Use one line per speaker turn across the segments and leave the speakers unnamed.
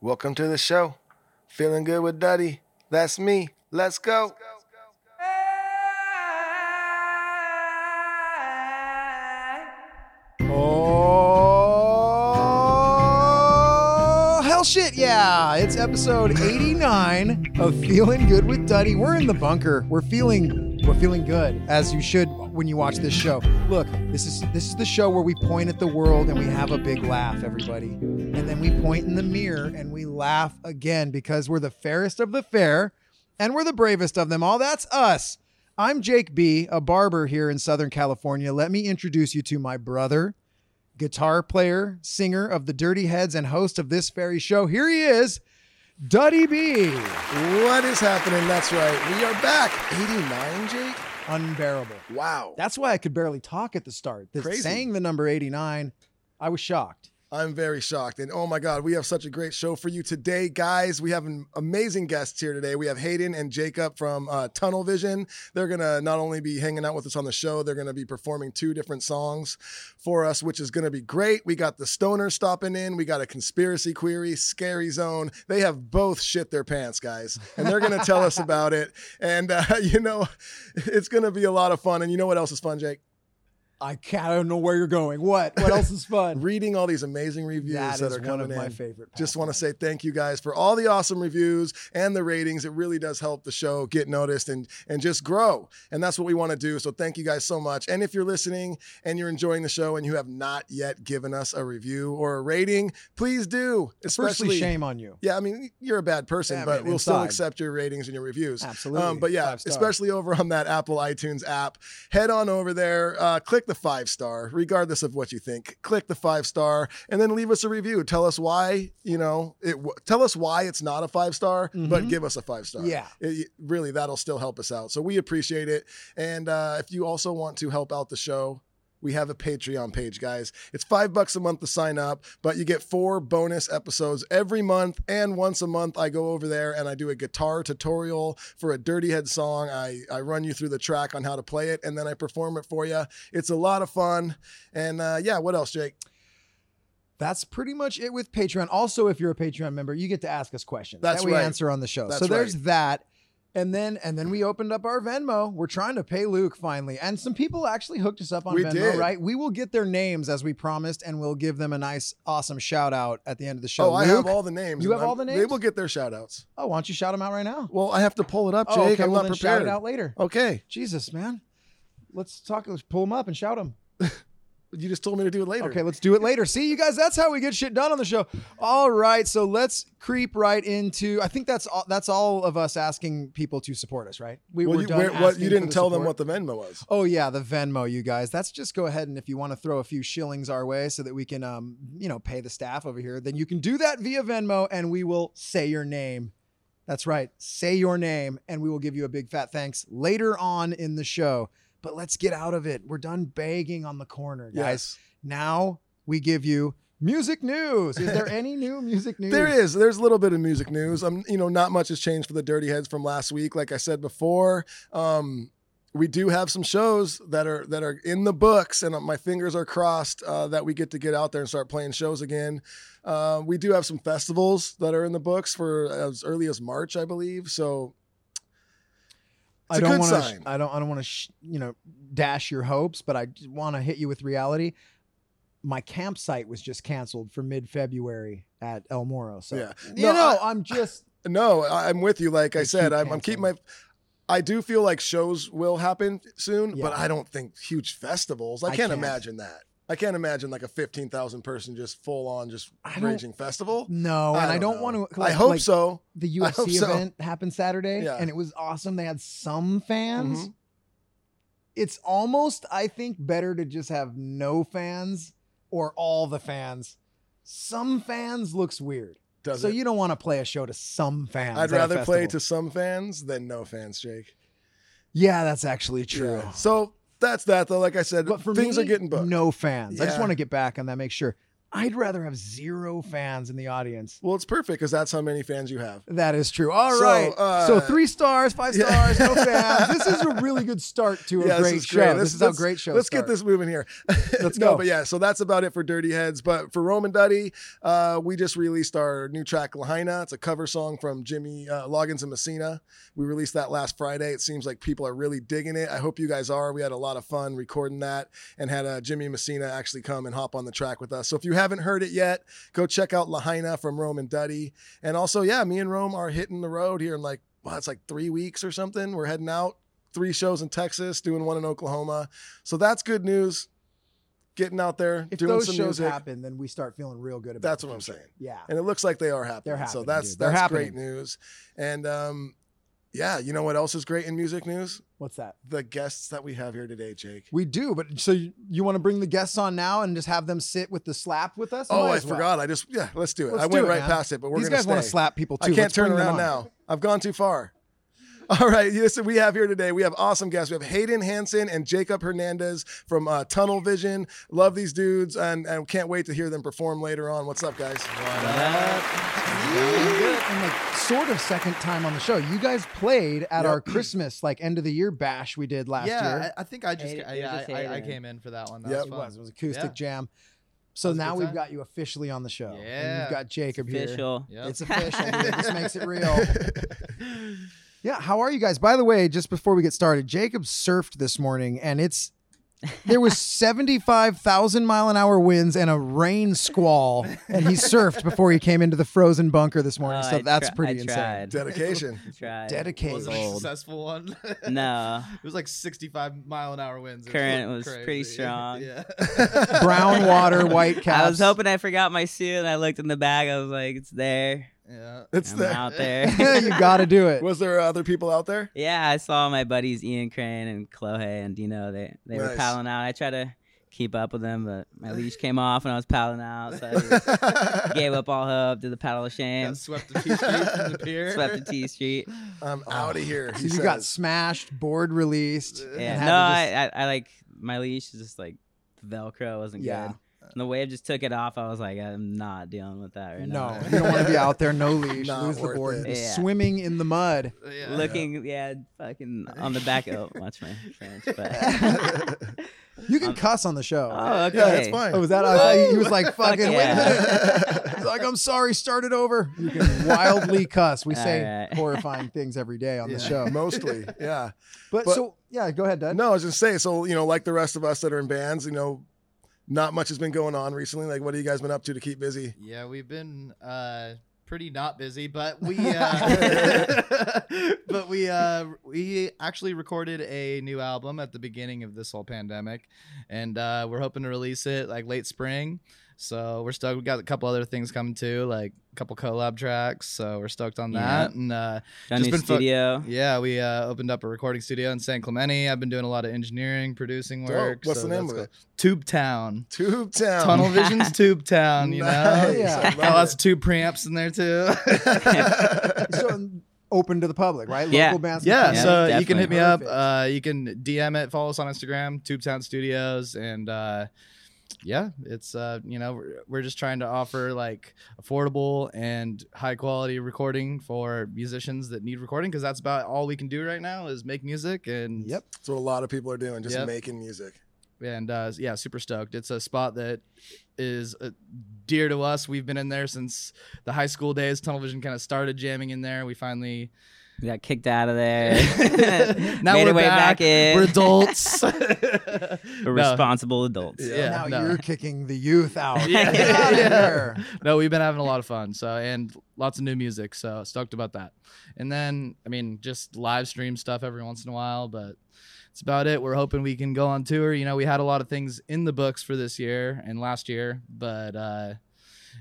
welcome to the show. Feeling good with Duddy. That's me. Let's go.
Oh, hell shit, yeah. It's episode 89 of Feeling Good with Duddy. We're in the bunker. We're feeling we're feeling good as you should when you watch this show. Look, this is this is the show where we point at the world and we have a big laugh, everybody. And then we point in the mirror and we laugh again because we're the fairest of the fair and we're the bravest of them all. That's us. I'm Jake B, a barber here in Southern California. Let me introduce you to my brother, guitar player, singer of the Dirty Heads, and host of this very show. Here he is, Duddy B.
What is happening? That's right. We are back. 89, Jake?
Unbearable.
Wow.
That's why I could barely talk at the start. The,
Crazy.
Saying the number 89, I was shocked.
I'm very shocked. And oh my God, we have such a great show for you today, guys. We have an amazing guests here today. We have Hayden and Jacob from uh, Tunnel Vision. They're going to not only be hanging out with us on the show, they're going to be performing two different songs for us, which is going to be great. We got the Stoner stopping in. We got a conspiracy query, Scary Zone. They have both shit their pants, guys. And they're going to tell us about it. And, uh, you know, it's going to be a lot of fun. And you know what else is fun, Jake?
I can't, I don't know where you're going. What? What else is fun?
reading all these amazing reviews
That
that,
is
are
one
coming
of my
in.
favorite
Just want to
pastimes.
say thank you guys for all the awesome reviews and the ratings. It really does help the show get noticed and and just grow. And that's what we want to do. So thank you guys so much. And if you're listening and you're enjoying the show and you have not yet given us a review or a rating, please do. Especially
Firstly, shame on you.
Yeah, I mean you're a bad person,
Yeah, I
but
mean,
we'll still
inside.
accept your ratings and your reviews.
Absolutely.
Um, but yeah,
Five star.
especially over on that Apple iTunes app, head on over there, uh, click the five star, regardless of what you think. Click the five star, and then leave us a review. Tell us why you know it. w- Tell us why it's not a five star, but give us a five star.
Mm-hmm. Yeah.
It- really, that'll still help us out. So we appreciate it. And uh, if you also want to help out the show, we have a Patreon page, guys. It's five bucks a month to sign up, but you get four bonus episodes every month. And once a month, I go over there and I do a guitar tutorial for a Dirty Head song. I, I run you through the track on how to play it, and then I perform it for you. It's a lot of fun. And uh, yeah, what else, Jake?
That's pretty much it with Patreon. Also, if you're a Patreon member, you get to ask us questions
That's
that we
right.
answer on the show.
That's
so there's that. And then and then we opened up our Venmo. We're trying to pay Luke finally. And some people actually hooked us up on
We
Venmo,
did.
right? We will get their names as we promised and we'll give them a nice awesome shout out at the end of the show.
oh, I have
Luke-
all the names.
you have
and
all the
They
names?
will get their shout outs.
Oh, why don't you shout them out right now?
Well, I have to pull it up, Jake.
oh, okay,
I'm
well,
not
then
prepared.
Shout it out later.
Okay.
Jesus, man. Let's talk. Let's pull them up and shout them.
You just told me to do it later.
Okay, let's do it later. See, you guys, that's how we get shit done on the show. All right, so let's creep right into. I think that's all. That's all of us asking people to support us, right? We
Well,
were
you,
done.
where- what,
asking
you
for
didn't
the
tell them
support.
what the Venmo was.
Oh yeah, the Venmo, you guys. That's just go ahead and if you want to throw a few shillings our way so that we can, um, you know, pay the staff over here, then you can do that via Venmo, and we will say your name. That's right, say your name, and we will give you a big fat thanks later on in the show. But let's get out of it. We're done begging on the corner, guys. Now we give you music news. Is there any new music news?
There is. There's a little bit of music news. Um, you know, not much has changed for the Dirty Heads from last week. Like I said before, um, we do have some shows that are that are in the books, and uh, my fingers are crossed uh, that we get to get out there and start playing shows again. Uh, we do have some festivals that are in the books for as early as March, I believe. So It's
I
a
don't
good
want
sign.
to. I don't. I don't want to. Sh- you know, dash your hopes, but I want to hit you with reality. My campsite was just canceled for mid-February at El Moro. So
Yeah.
you
No,
know, I, am just.
No, I- I'm with you. Like I
They
said,
keep
I'm, I'm keeping my.
canceling.
I do feel like shows will happen soon, but
Yeah.
I don't think huge festivals. I
I
can't,
can't.
imagine that. I can't imagine like a fifteen thousand person just full on just
I don't-
raging festival.
No, and I don't,
know.
want to.
I hope
like,
so.
The
I hope
UFC
so.
event happened Saturday,
Yeah.
and it was awesome. They had some fans.
Mhm.
It's almost, I think, better to just have no fans or all the fans. Some fans looks weird.
does
so
it.
you don't want to play a show to some fans.
I'd
at a
rather play to some
festival.
fans than no fans, Jake.
Yeah, that's actually true.
Yeah. So that's that though. Like I said,
But for
things
me,
are getting booked.
no fans. I just
Yeah.
want to get back on that. Make sure. I'd rather have zero fans in the audience.
Well, it's perfect because that's how many fans you have.
That is true. All
So,
right.
uh,
so three stars, five
yeah.
stars, no fans. This is a really good start to a
Yeah,
great
this is
show.
great.
This,
Let's-
is how
let's-
great shows.
Let's
start.
get this moving here.
Let's
no,
go.
but yeah, so that's about it for Dirty Heads. But for Roman Duddy, uh, we just released our new track Lahaina. It's a cover song from Jimmy uh, Loggins and Messina. We released that last Friday. It seems like people are really digging it. I hope you guys are. We had a lot of fun recording that and had uh, Jimmy Messina actually come and hop on the track with us. So if you haven't heard it yet, go check out Lahaina from Roman Duddy. And also, yeah, me and Rome are hitting the road here in like, wow, it's like three weeks or something. We're heading out. Three shows in Texas, doing one in Oklahoma. So that's good news. Getting out there,
If
doing
those
some
shows
music.
happen, then we start feeling real good about.
That's
it.
what I'm saying.
Yeah.
And it looks like they are happening.
They're
so
happening,
that's
dude. They're
that's
happening.
great news. And um, yeah, you know what else is great in music news?
What's that?
The guests that we have here today, Jake.
We do, but so you, you want to bring the guests on now and just have them sit with the slap with us?
oh,
Might
I
as well.
forgot. I just yeah, let's do it.
Let's
I
do
went
it,
right
man.
past it, but we're
These
gonna
guys want to
stay.
slap people too.
I can't
Let's
turn
bring them
around
on.
now. I've gone too far. All right, listen, we have here today, we have awesome guests. We have Hayden Hansen and Jacob Hernandez from uh, Tunnel Vision. Love these dudes and, and can't wait to hear them perform later on. What's up, guys?
And like sort of second time on the show. You guys played at
Yep.
our Christmas like end of the year bash we did last
yeah,
year.
I, I think I just,
Eight-
I,
it was
yeah,
just
I,
eight
I
in.
came in for that one. That
Yep.
was
it
fun.
was. It was acoustic
Yeah.
jam. So
That was a
now
good
we've
time.
got you officially on the show. And
Yeah.
you've got Jacob here.
Official.
Yep.
It's official. dude. this makes it real. Yeah, how are you guys? By the way, just before we get started, Jacob surfed this morning and it's there was 75,000 mile an hour winds and a rain squall and he surfed before he came into the frozen bunker this morning.
Oh,
so
I
that's
tri-
pretty
I
insane.
Tried.
Dedication.
Tried.
Dedicated.
wasn't a
Old.
successful one.
No,
It was like 65 mile an hour winds. It
Current
was
was pretty
crazy.
strong.
Yeah.
Brown water, white caps.
I was hoping I forgot my suit, and I looked in the bag. I was like, "It's there.
Yeah.
It's
I'm
there.
out there."
you got to do it.
Was there uh, other people out there?
yeah, I saw my buddies Ian Crane and Chloe, and you know they they
Nice.
were palling out. I tried to keep up with them, but my leash came off when I was palling out, so I just gave up all hope. Did the paddle of shame,
Got swept the T Street from the pier.
swept the T Street.
I'm out of here.
Oh, So
he
you got
says.
smashed, board released. and
Yeah,
had to
no,
just-
I, I I like my leash is just like the Velcro wasn't
Yeah.
good. And the wave just took it off. I was like, I'm not dealing with that right
no,
now.
you don't want to be out there, no leash,
Not
lose the
worth
board,
it.
be
Yeah.
swimming in the mud.
Yeah.
looking yeah. fucking on the back of watch my French but
yeah,
You can cuss on the show.
oh okay
it's fine.
Oh, was that? I thought he was like fucking. Wait a
yeah.
minute. He's like, I'm sorry, start it over. You can wildly cuss. We say
Alright.
horrifying things every day on the
Yeah.
show.
Mostly, yeah.
But,
But-
so yeah, go ahead, Dud.
No, I was just saying. So you know, like the rest of us that are in bands, you know, not much has been going on recently. Like, what have you guys been up to to keep busy?
Yeah, we've been uh pretty not busy, but we uh but we uh we actually recorded a new album at the beginning of this whole pandemic and uh we're hoping to release it like late spring. So we're stoked. We got a couple other things coming too, like a couple collab tracks. So we're stoked on that. And uh
Done
Just
new
been fu-
studio
yeah, we uh, opened up a recording studio in San Clemente. I've been doing a lot of engineering, producing
Dope.
work.
What's the name of it?
Tube Town.
Tube Town.
Tunnel Vision's Tube Town, you know?
Nice.
Yeah.
I love
Got lots
it.
of tube preamps in there too.
So open to the public, right?
Yeah.
Local bands.
yeah,
Yeah,
so you can hit me up.
Perfect.
Uh, you can DM it, follow us on Instagram, Tube Town Studios, and uh, yeah, it's uh, you know we're, we're just trying to offer like affordable and high quality recording for musicians that need recording because that's about all we can do right now is make music and
Yep.
That's what a lot of people are doing, just
Yep.
making music.
and uh, yeah, super stoked. It's a spot that is uh, dear to us. We've been in there since the high school days. Tunnel Vision kind of started jamming in there. We finally
we got kicked out of there
now
made
we're
our way back,
back.
in
We're adults.
We're
no,
responsible adults
Yeah,
now
no.
you're kicking the youth out.
Yeah.
Get out of
Yeah.
here.
no, we've been having a lot of fun. So and lots of new music. So stoked about that. And then I mean, just live stream stuff every once in a while, but. It's about it. We're hoping we can go on tour. You know, we had a lot of things in the books for this year and last year, but uh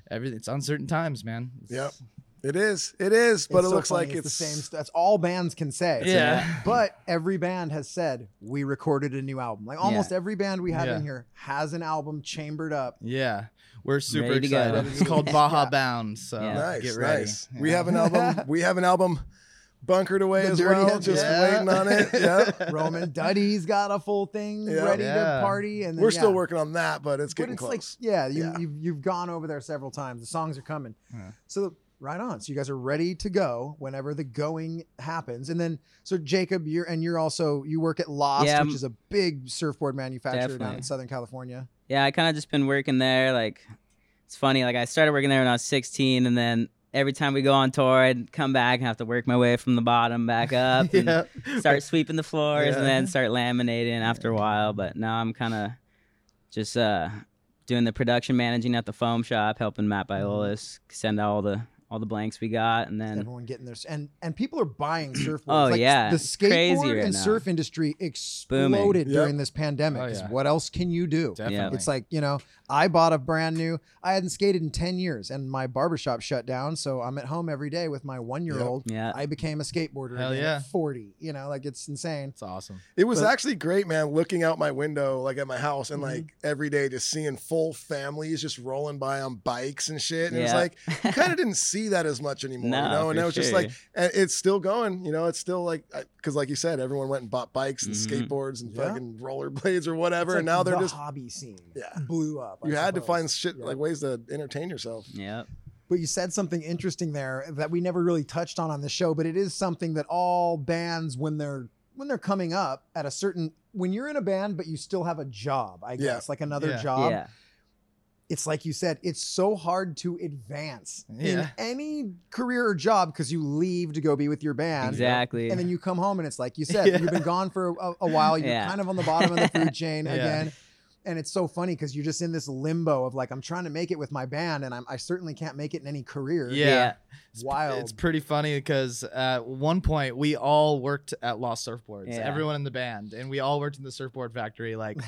everything it's uncertain times, man. It's-
Yep. It is. It is. But
It's
it
so
looks
funny.
like
it's,
it's,
the same. St- that's all bands can say.
Yeah.
But every band has said we recorded a new album. Like almost every band we have
Yeah.
in here has an album chambered up.
Yeah, we're super
Ready to go.
excited. It's called Baja Bound, so
Yeah.
Nice,
get ready.
nice.
Yeah.
We have an album. We have an album bunkered away
The
as
Dirty
well.
Heads,
Just
yeah.
waiting on it. Yep.
Roman Duddy's got a full thing
Yeah.
ready to
Yeah.
party, and then,
We're
yeah.
still working on that, but it's
But
getting
it's
close.
like, yeah, you,
Yeah.
You've, you've gone over there several times. The songs are coming,
Yeah.
so right on. So you guys are ready to go whenever the going happens, and then so Jacob, you're and you're also you work at Lost,
Yeah, I'm-
um,
which is a big surfboard manufacturer down
Definitely.
in Southern California.
Yeah, I kind of just been working there. Like, it's funny. Like, I started working there when I was 16, and then every time we go on tour, I'd come back and have to work my way from the bottom back up and
yeah.
start sweeping the floors
Yeah.
and then start laminating after a while. But now I'm kind of just uh, doing the production managing at the foam shop, helping Matt Biolis send out all the all the blanks we got, and then
Everyone getting their s- and and people are buying surfboards.
Oh,
like,
yeah.
the
It's crazy
skateboard
right
and
now.
surf industry exploded
Yep.
during this pandemic.
Oh,
'cause
yeah.
What else can you do?
Definitely.
It's like, you know, I bought a brand new, I hadn't skated in 10 years and my barbershop shut down. So I'm at home every day with my one year old.
yeah,
I became a skateboarder
Hell
again
yeah.
at 40. You know, like it's insane.
It's awesome.
It was
But-
actually great, man. Looking out my window, like at my house, and
Mhm.
like every day, just seeing full families just rolling by on bikes and shit. And it's
Yeah.
like you kind of didn't see that as much anymore,
No,
you know. And
for
it was just
sure.
like and it's still going, you know. It's still like because, like you said, everyone went and bought bikes and
Mhm.
skateboards and
Yeah.
fucking rollerblades or whatever.
It's like
and now they're
the
just
hobby scene
Yeah.
blew up. I
you had to
suppose.
find shit
Yeah.
like ways to entertain yourself.
yeah.
But you said something interesting there that we never really touched on on the show, but it is something that all bands when they're when they're coming up at a certain when you're in a band but you still have a job, I
Yeah.
guess, like another
Yeah.
job.
yeah.
It's like you said, it's so hard to advance in
Yeah.
any career or job because you leave to go be with your band.
Exactly.
And then you come home and it's like you said,
Yeah.
you've been gone for a, a while. You're
Yeah.
kind of on the bottom of the food chain
Yeah.
again. And it's so funny because you're just in this limbo of like, I'm trying to make it with my band and I'm, I certainly can't make it in any career.
Yeah. It's,
Wild.
It's pretty funny because at one point we all worked at Lost Surfboards.
Yeah.
Everyone in the band, and we all worked in the surfboard factory. Like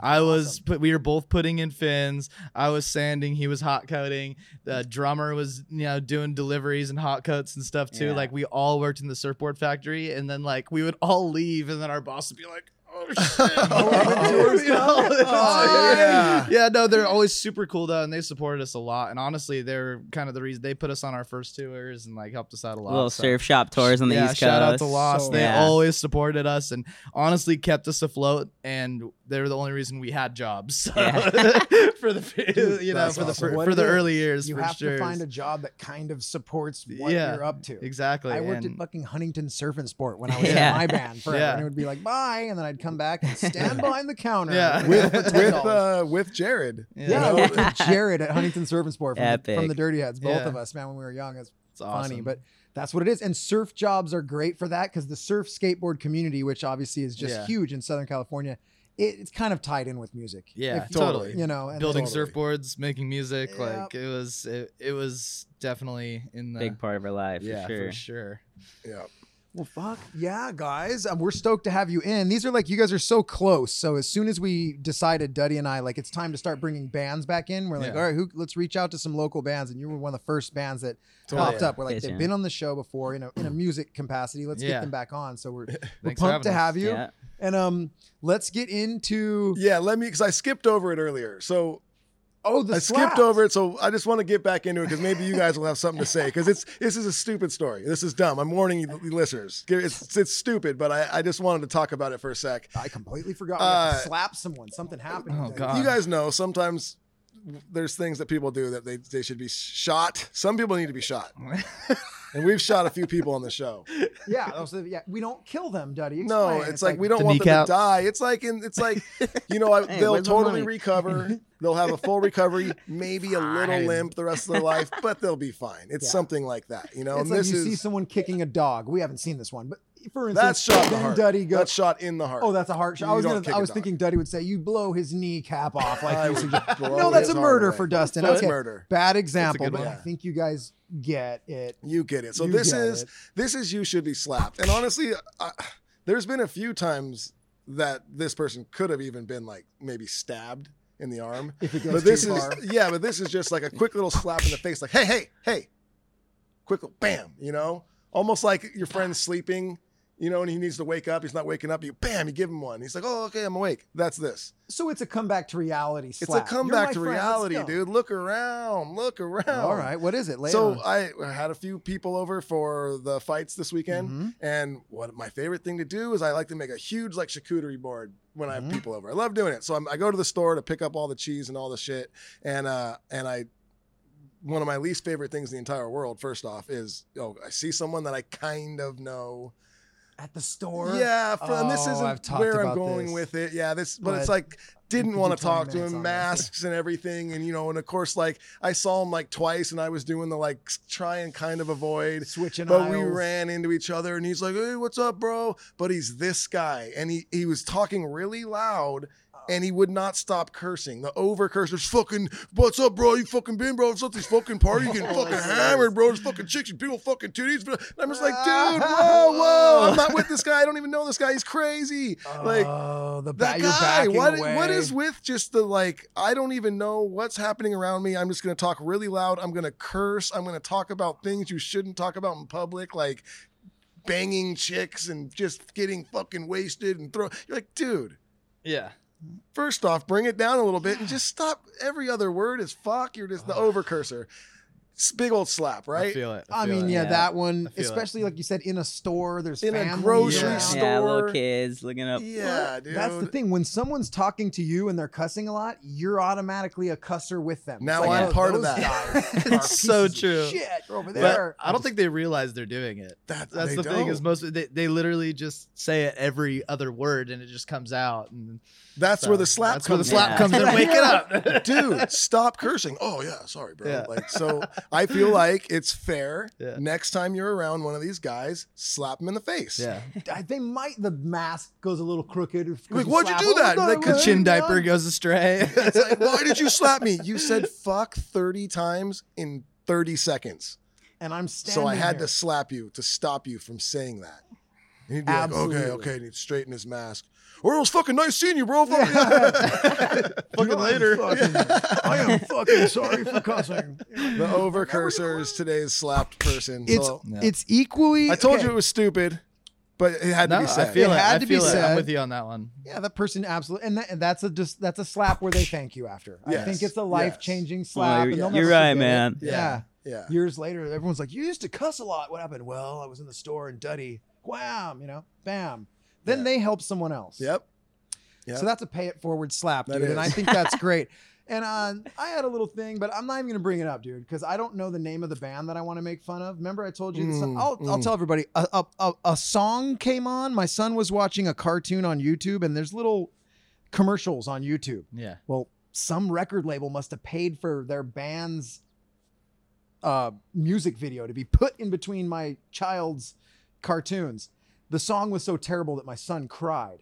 I was, put, we were both putting in fins. I was sanding. He was hot coating. The drummer was, you know, doing deliveries and hot coats and stuff too.
Yeah.
Like we all worked in the surfboard factory, and then like we would all leave, and then our boss would be like. Oh shit!
the doors
You know? It's
Oh,
like-
yeah.
yeah, no, they're always super cool though, and they supported us a lot. And honestly, they're kind of the reason they put us on our first tours and like helped us out a lot.
little
so-
surf shop tours on the
yeah,
East Coast.
shout out to Lost.
So-
they
Yeah.
always supported us and honestly kept us afloat. And they're the only reason we had jobs so-
Yeah.
for the you know
that's
for the
awesome.
for,
What
for
it
the
is,
early years.
You
for
have
sure.
to find a job that kind of supports what
Yeah,
you're up to.
exactly.
I worked at
and-
fucking Huntington Surf and Sport when I was
Yeah.
in my band forever.
Yeah.
And it would be like, bye. And then I'd come back and stand behind the counter.
Yeah.
With,
with
$10.
with uh, with Jared.
Yeah,
yeah,
with- with Jared at Huntington Surf and Sport from, the, from
Epic.
the Dirty Heads, both
Yeah.
of us, man, when we were young. It's
it's awesome.
funny, but that's what it is. And surf jobs are great for that because the surf skateboard community, which obviously is just
Yeah.
huge in Southern California, it, it's kind of tied in with music.
Yeah,
If-
totally.
You know, and
building
totally.
surfboards, making music,
Yep.
like it was it, it was definitely in the
Big part of our life,
yeah
for sure.
for sure.
Yeah.
Well, fuck yeah, guys! Um, we're stoked to have you in. These are like you guys are so close. So as soon as we decided, Duddy and I, like it's time to start bringing bands back in. We're like,
Yeah.
all right, who? Let's reach out to some local bands, and you were one of the first bands that
Totally.
popped up. We're like,
Yes,
they've
yeah.
been on the show before in a in a music capacity. Let's get
Yeah.
them back on. So we're, we're
Thanks for
pumped to
having us.
have you.
Yeah.
And um, let's get into
Yeah, let me because I skipped over it earlier. So
oh the
I
slaps.
skipped over it, so I just want to get back into it because maybe you guys will have something to say because it's this is a stupid story. This is dumb. I'm warning you, the listeners. It's, it's stupid, but I, I just wanted to talk about it for a sec.
I completely forgot. We have to
Uh,
slap someone. Something happened.
Oh,
Duddy.
God.
You guys know sometimes there's things that people do that they they should be shot. Some people need to be shot, and we've shot a few people on the show.
Yeah, those are- yeah. We don't kill them, Duddy.
No,
Explain.
it's, like, we don't
The
want them
kneecap.
to die. It's like in, it's like you know I,
Hey,
they'll
where's my
totally
money?
recover. They'll have a full recovery, maybe a little
Fine.
limp the rest of their life, but they'll be fine. It's
Yeah.
something like that, you know.
It's
and
like
this
you
is
see someone kicking a dog. We haven't seen this one, but for
that's shot
instance,
in the
then
heart.
Duddy
that's
goes.
shot in the heart.
Oh, that's a heart shot. I
You
was
don't
gonna,
kick
I
a
was
dog.
thinking Duddy would say, "You blow his kneecap off,"
I
like you
would
suggest.
blow
No, that's
his
a
heart
murder
away.
for Dustin.
That's
okay,
murder.
bad example,
good
but
one.
I think you guys get it.
You get it. So
You
this
get
is
it.
this is you should be slapped. And honestly, I, there's been a few times that this person could have even been like maybe stabbed in the arm.
If it goes
But this
too
is
far.
yeah, but this is just like a quick little slap in the face like, "Hey, hey, hey." quick, bam, you know, almost like your friend's sleeping, you know, and he needs to wake up. He's not waking up. You bam, you give him one. He's like, oh, okay, I'm awake. That's this.
So it's a comeback to reality.
It's
slap.
a
You're
comeback
my
to
friend, let's
reality,
go.
dude. Look around, look around.
All right, what is it? Lay it
So uh,
on us.
I had a few people over for the fights this weekend,
Mhm.
and what my favorite thing to do is I like to make a huge like charcuterie board when I have
Mhm.
people over. I love doing it. So I'm, I go to the store to pick up all the cheese and all the shit, and uh, and I one of my least favorite things in the entire world. First off, is oh I see someone that I kind of know.
at the store.
yeah, fr- and this
Oh,
isn't
I've talked
where I'm
about
going
this.
with it. Yeah, this, but, it's
But
like didn't
could
want
do
to
20
talk to
minutes
him,
on this.
masks and everything, and you know, and of course, like I saw him like twice, and I was doing the like s- try and kind of avoid,
Switching
but
aisles.
we ran into each other, and he's like, "Hey, what's up, bro?" But he's this guy, and he he was talking really loud. And he would not stop cursing. The over cursors, fucking, what's up, bro? You fucking been, bro? It's at these fucking party, you getting fucking hammered, bro. There's fucking chicks and people fucking titties. And I'm just like, dude, whoa, whoa. I'm not with this guy. I don't even know this guy. He's crazy. Like,
oh, the ba-
that
you're
guy.
backing
What,
away.
what is with just the like? I don't even know what's happening around me. I'm just gonna talk really loud. I'm gonna curse. I'm gonna talk about things you shouldn't talk about in public, like banging chicks and just getting fucking wasted and throw. You're like, dude.
Yeah.
First off, bring it down a little bit and just stop. Every other word is fuck. You're just the over cursor. It's big old slap,
I
right?
feel it.
I
feel
mean,
it.
yeah,
Yeah.
that one,
I feel it.
especially like you said, in a store. There's
In a
family
grocery
around.
store.
Yeah, little kids looking up.
Yeah, dude.
That's the thing. When someone's talking to you and they're cussing a lot, you're automatically a cusser with them. It's
Now
like,
I'm
oh,
part of
those
that.
guys are
It's
pieces
so
of
true.
Shit, over
But
there.
I don't think they realize they're doing it.
That-
That's
they
the thing is
don't.
most they, they literally just say it every other word and it just comes out and
That's where the
so
slap
that's where the
comes.
slap
in.
comes in. Wake it up.
dude stop cursing oh yeah sorry bro
Yeah.
like so i feel like it's fair
Yeah.
next time you're around one of these guys slap him in the face
Yeah.
I- they might. The mask goes a little crooked. if- 'cause
Like, why'd you
slap-
do
Oh,
that?
no,
Like,
no,
The
no,
chin
no.
diaper goes astray.
it's like why did you slap me you said fuck 30 times in 30 seconds
And I'm standing.
so i had
here.
to slap you to stop you from saying that and he'd be like, okay,
Absolutely.
okay, and he'd straighten his mask. Or it was fucking nice seeing you, bro. Fuck
Fucking later.
I am fucking sorry for cussing.
the over cursor is today's slapped person.
It's
So-
No.
it's equally.
I told
okay.
you it was stupid, but it had
no,
to be said.
I feel
It
it.
had
I
to be
feel it.
said.
I'm with you on that one.
Yeah, that person absolutely, and, that, and that's a just that's a slap where they thank you after. I
Yes,
think it's a life changing slap.
Oh,
and
you're,
they'll never
you're
forget
right,
it.
man.
Yeah.
yeah.
years later, everyone's like, "You used to cuss a lot. What happened?" Well, I was in the store and Duddy, wham, you know, bam. Then
Yeah.
they help someone else.
Yep. Yep.
So that's a pay it forward slap,
That
dude, and I
is.
think that's great. And uh, I had a little thing, but I'm not even gonna bring it up, dude, because I don't know the name of the band that I want to make fun of. Remember, I told you. this-
Mm,
I'll, I'll
mm.
tell everybody. A, a, a, a song came on. My son was watching a cartoon on YouTube, and there's little commercials on YouTube.
Yeah.
Well, some record label must have paid for their band's uh, music video to be put in between my child's cartoons. The song was so terrible that my son cried.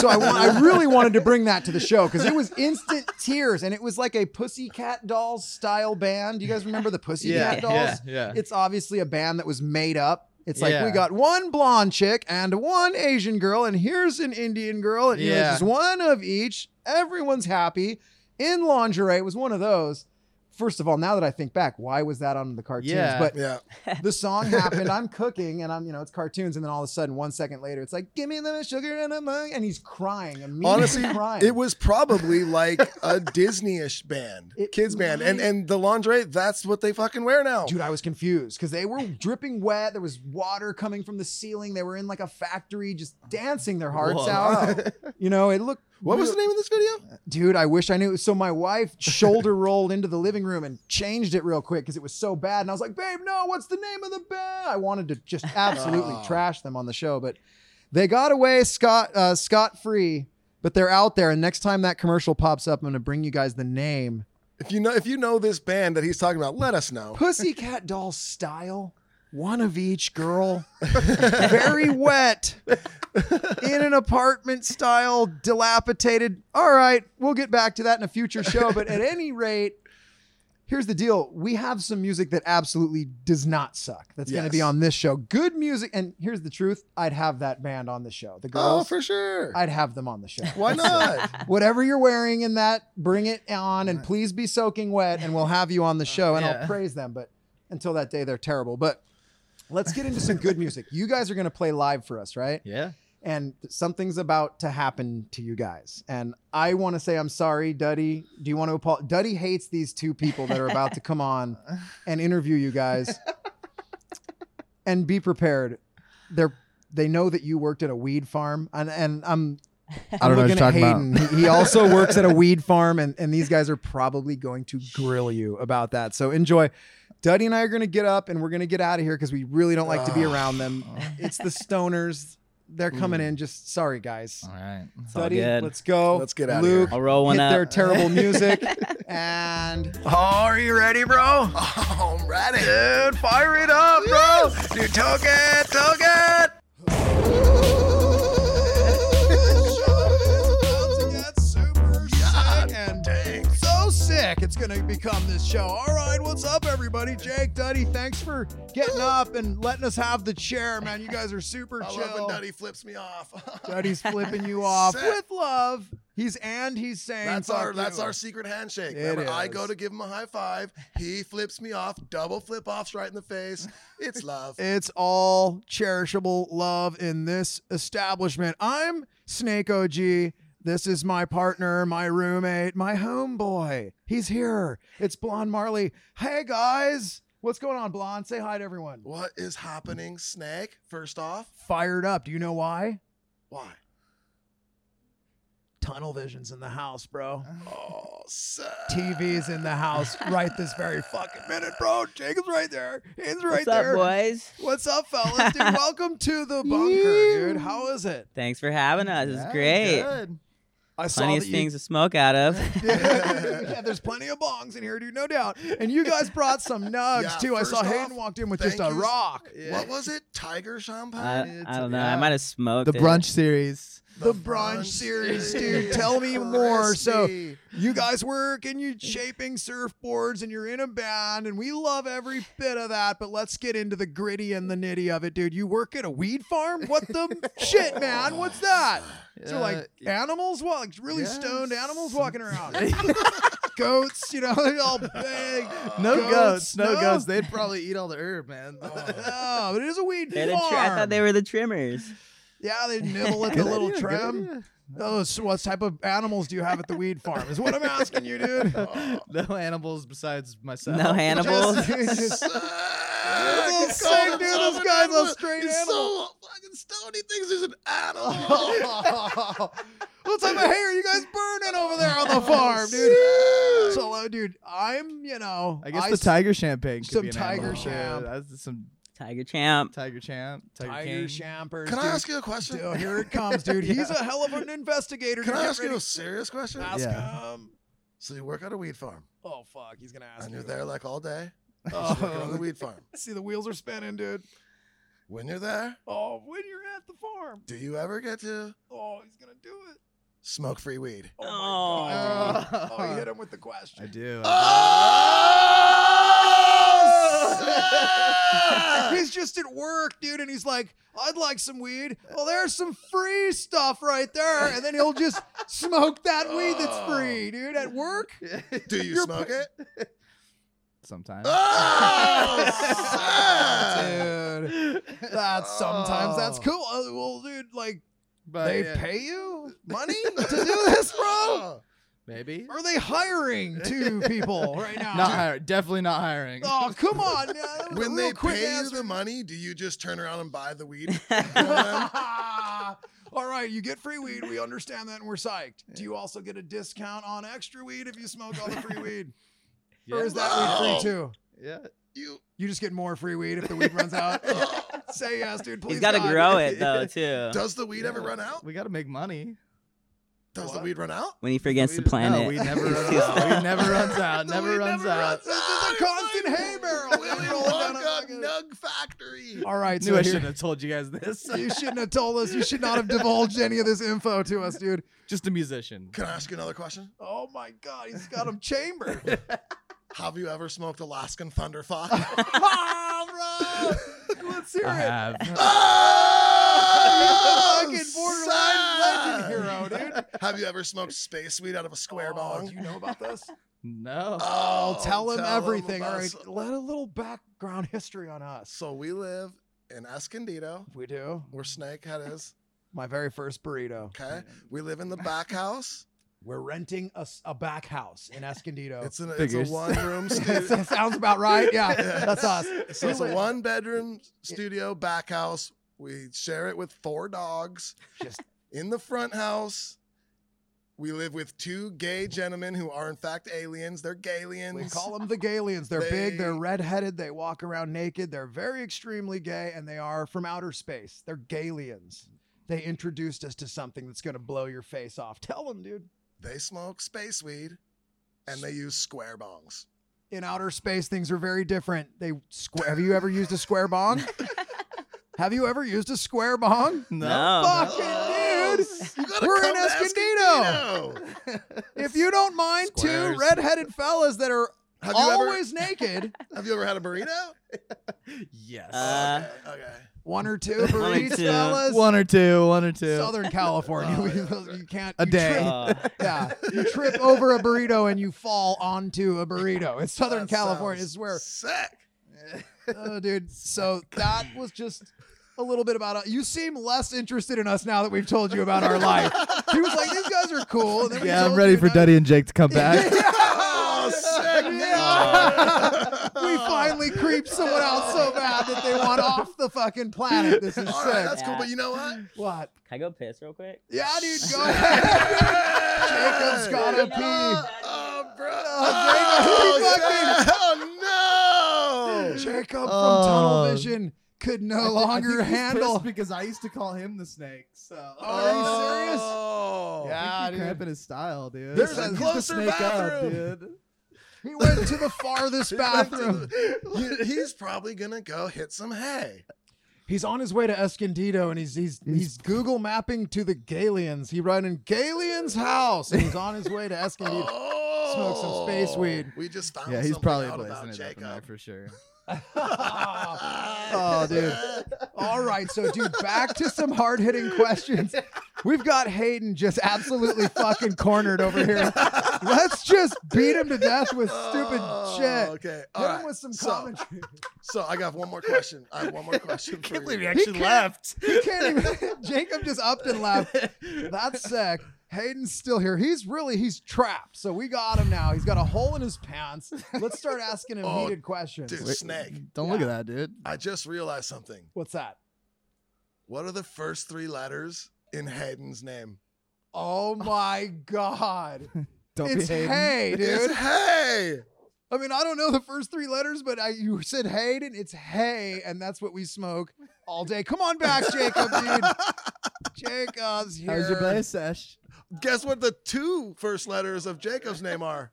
so I, wa- I really wanted to bring that to the show because it was instant tears and it was like a Pussycat Dolls style band. Do you guys remember the Pussycat
Yeah.
Dolls?
Yeah. Yeah.
It's obviously a band that was made up. It's like
Yeah.
we got one blonde chick and one Asian girl, and here's an Indian girl, and here's
Yeah.
just one of each. Everyone's happy in lingerie. It was one of those. First of all, now that I think back, why was that on the cartoons?
Yeah.
But
Yeah.
the song happened. I'm cooking, and I'm you know it's cartoons, and then all of a sudden, one second later, it's like give me the sugar and a mug, and he's crying. Immediately
Honestly,
crying.
It was probably like a Disney-ish band,
It
kids band, and
might-
and the lingerie. That's what they fucking wear now.
Dude, I was confused because they were dripping wet. There was water coming from the ceiling. They were in like a factory, just dancing their hearts
Whoa.
out. You know, it looked.
what was the name of this video?
Dude, I wish I knew. So my wife shoulder rolled into the living room and changed it real quick because it was so bad. And I was like, "Babe, no! What's the name of the band?" I wanted to just absolutely
Oh.
trash them on the show, but they got away scot uh, scot free. But they're out there, and next time that commercial pops up, I'm gonna bring you guys the name
If you know, if you know this band that he's talking about, let us know.
Pussycat doll style, one of each girl, very wet, in an apartment style, dilapidated. All right, we'll get back to that in a future show. But at any rate, here's the deal we have some music that absolutely does not suck that's going
Yes.
to be on this show. Good music. And here's the truth I'd have that band on the show. The
Oh,
girls,
for sure.
I'd have them on the show
Why not?
whatever you're wearing in that, bring it on and please be soaking wet and we'll have you on the show and
Yeah.
I'll praise them. But until that day they're terrible. But let's get into some good music. You guys are going to play live for us, right?
Yeah.
And something's about to happen to you guys. And I want to say I'm sorry, Duddy. Do you want to apologize? Duddy hates these two people that are about to come on and interview you guys. and be prepared. They're they know that you worked at a weed farm, and and I'm.
I don't know what you're talking about.
He, he also works at a weed farm, and, and these guys are probably going to grill you about that. So enjoy. Duddy and I are going to get up and we're going to get out of here because we really don't like to be
Ugh.
around them. It's the stoners. They're coming
Mm.
in. Just sorry, guys.
All right.
all
Duddy,
good.
let's go.
Let's get outta
Luke,
I'll roll one
hit
up.
their terrible music. and
Oh, are you ready, bro?
I'm ready.
Dude, fire it up, bro. Dude, toke it, toke it.
super
God
sick and
dang.
so sick it's gonna become this show all right what's up everybody jake duddy thanks for getting up and letting us have the chair man you guys are super
I love when
chill
Duddy flips me off.
duddy's flipping you off
Sick.
with love he's and he's saying
That's
fuck
our
you.
that's our secret handshake.
It
Remember, I
is.
go to give him a high five. He flips me off, double flip offs right in the face. It's love.
It's all cherishable love in this establishment. I'm Snake OG. This is my partner, my roommate, my homeboy. He's here. It's Blonde Marley. Hey guys, what's going on, Blonde? Say hi to everyone.
What is happening, Snake? First off,
Fired up. Do you know why?
why?
Tunnel vision's in the house, bro.
Oh, sick.
TV's in the house right this very fucking minute, bro. Jacob's right there. He's right
What's up,
there.
boys?
What's up, fellas? Dude, welcome to the bunker, dude. How is it?
Thanks for having us. It's
Yeah,
great.
good.
I saw
Plenty of
that you
things to smoke out of.
yeah, there's plenty of bongs in here, dude, no doubt. And you guys brought some nugs
Yeah,
too. I saw
first
Hayden
off,
walked in with
thank
just a
you.
rock.
What was it? Tiger
I,
champagne?
I don't know. I might have smoked
The
it.
brunch series.
The brunch series, dude. Tell me more. So you guys work and you're shaping surfboards and you're in a band, and we love every bit of that. But let's get into the gritty and the nitty of it, dude. You work at a weed farm? What the shit, man? What's that? So like
Uh,
animals, walk, like really
yeah,
stoned animals
some-
walking around. goats, you know, they're all big.
No goats, no goats. They'd probably eat all the herb, man.
Oh, but it is a weed
They're the
farm.
tr- I thought they were the trimmers.
Yeah, they nibble at the little trim. Oh, so what type of animals do you have at the weed farm? Is what I'm asking you, dude.
no animals besides myself.
No animals.
Just- just-
Sick.
sick, dude. This guy's a straight
He's
animal.
so fucking stoned. He thinks he's an animal.
what type of hair are you guys burning over there on the farm, dude?
dude.
So, uh, dude, I'm, you know,
I guess the tiger champagne. Could
some
be an
tiger
animal, too.
champ.
That's some
Tiger champ.
tiger champ. Tiger,
tiger
king.
champers.
Can I
dude.
ask you a question?
Dude, here it comes, dude. He's a hell of an investigator.
Can
dude.
I
Get
ask you
ready.
a serious question?
Ask
Yeah.
him.
So you work at a weed farm,
Oh fuck, he's gonna ask
and
you.
you're there like all day. Just working on the
Oh,
weed farm.
see, the wheels are spinning, dude.
When you're there,
Oh, when you're at the farm.
do you ever get to
Oh, he's gonna do it.
smoke free weed?
Oh,
Oh.
my god. dude. Oh, you hit him with the question.
I do.
Oh,
He's just at work, dude, and he's like, I'd like some weed. Well, there's some free stuff right there. And then he'll just smoke that weed that's
Oh.
free, dude, at work.
do you
You're
smoke it?
Sometimes.
Oh,
dude, that's sometimes that's
Oh.
cool. Uh, Well, dude, like,
But
they
yeah,
pay you money to do this,
Oh.
bro?
Maybe.
Are they hiring two people right now?
Not hiring. Definitely not hiring.
Oh, come on. man. That was a
when
real
they
quick
pay you
answer.
the money, do you just turn around and buy the weed? from them?
All right, you get free weed. We understand that and we're psyched. Do you also get a discount on extra weed if you smoke all the free weed?
Yeah.
Or is that weed free too?
yeah.
you. uh,
You just get more free weed if the weed runs out? Say yes, dude. Please.
He's got to
God.
grow it though too.
Does the weed ever run out?
We got to make money.
Does the
What?
weed run out?
When he forgets
We-
to
No,
plan
we
it.
never runs out. We never runs out. Never runs out.
This is a constant hay barrel.
Willy
We're rolling down a
Wonka
fucking-
Nug Factory.
All right,
Knew
so
I
here-
shouldn't have told you guys this.
you shouldn't have told us. You should not have divulged any of this info to us, dude.
Just a musician.
Can I ask you another question?
Oh my God, he's got him chambered.
Have you ever smoked Alaskan Thunder Fox?
Ah, bro. Let's hear
I
it.
have.
oh,
Fucking
sad.
borderline legend hero, dude.
Have you ever smoked space weed out of a square
Oh,
bong?
do you know about this?
No.
Oh, tell him
tell him
everything.
about
All right,
us.
let a little background history on us.
So we live in Escondido.
We do.
We're snakehead is.
My very first burrito.
Okay. We live in the back house.
We're renting a, s- a back house in Escondido.
It's, an, it's a
Figures.
one room studio.
that sounds about right. Yeah, that's us.
So it's a one bedroom studio back house. We share it with four dogs.
Just-
in the front house. We live with two gay gentlemen who are in fact aliens. They're galians.
We call them the Galians. They're
They-
big, they're redheaded, they walk around naked, they're very extremely gay, and they are from outer space. They're Galians. They introduced us to something that's going to blow your face off. Tell them, dude.
they smoke space weed and they use square bongs.
In outer space, things are very different. They square. Have you ever used a square bong? Have you ever used a square bong?
No.
Fucking dude. We're in
Oh, Come to
Escondido.
Escondido.
If you don't mind,
Squares.
two redheaded fellas that are
Have you ever-
always naked,
Have you ever had a burrito?
Yes.
Uh,
okay, okay.
one or two for
One or
each
two.
fellas.
one or two. One or two. Oh,
Southern California. you can't
A
you
day.
trip-
uh,
yeah, you trip over a burrito and you fall onto a burrito. It's Southern
That
California.
sounds
It's where,
Sick.
oh, dude. So that was just a little bit about. You seem less interested in us now that we've told you about our life. He was like, "These guys are cool." And then we
yeah, I'm
told
ready
you
for
that-
Duddy and Jake to come back.
Oh, sick.
Yeah. we finally creeped someone out so bad that they want off the fucking planet. This is
All
sick.
right, that's cool.
Yeah.
But you know what?
what?
can I go piss real quick?
Yeah, dude, go ahead. Jacob's gotta pee.
Oh, bro.
Oh, Jacob,
Oh, no.
Jacob
Oh.
from Tunnel Vision could no longer
I think he's
handle. Oh,
pissed because I used to call him the snake. So
Are you serious?
Oh.
Yeah,
I think you're
dude.
cramping his style, dude.
There's
He's
a
like, he's the
closer
snake up,
bathroom.
dude.
He went to the farthest bathroom.
You- He's probably gonna go hit some hay.
He's on his way to Escondido and he's he's he's, Google mapping to the Galians. He ran in Galian's house and he's on his way to Escondido.
Oh,
Smoke some space weed.
We just found
Yeah, he's
something
probably
out
blazing
about
it up in there
Jacob.
for sure.
Oh, dude. All right, so dude, back to some hard hitting questions. We've got Hayden just absolutely fucking cornered over here. Let's just beat him to death with stupid
Oh,
shit.
Okay,
Hit
all
him
right.
with some
So-
commentary.
So, I got one more question. I have one more question. for you.
actually left. He can't even. Jacob just upped and left. That's sick. Hayden's still here. He's really he's trapped. So we got him now. He's got a hole in his pants. Let's start asking him
Oh,
heated questions.
Dude, snake.
Don't look at that, dude.
I just realized something.
What's that?
What are the first three letters in Hayden's name?
Oh my god.
Don't
it's
be Hayden.
Hay, dude.
It's Hay.
I mean, I don't know the first three letters, but I, you said Hayden. It's Hay, and that's what we smoke all day. Come on back, Jacob, dude. Jacob's here.
How's your play sesh?
Guess what the two first letters of Jacob's name are?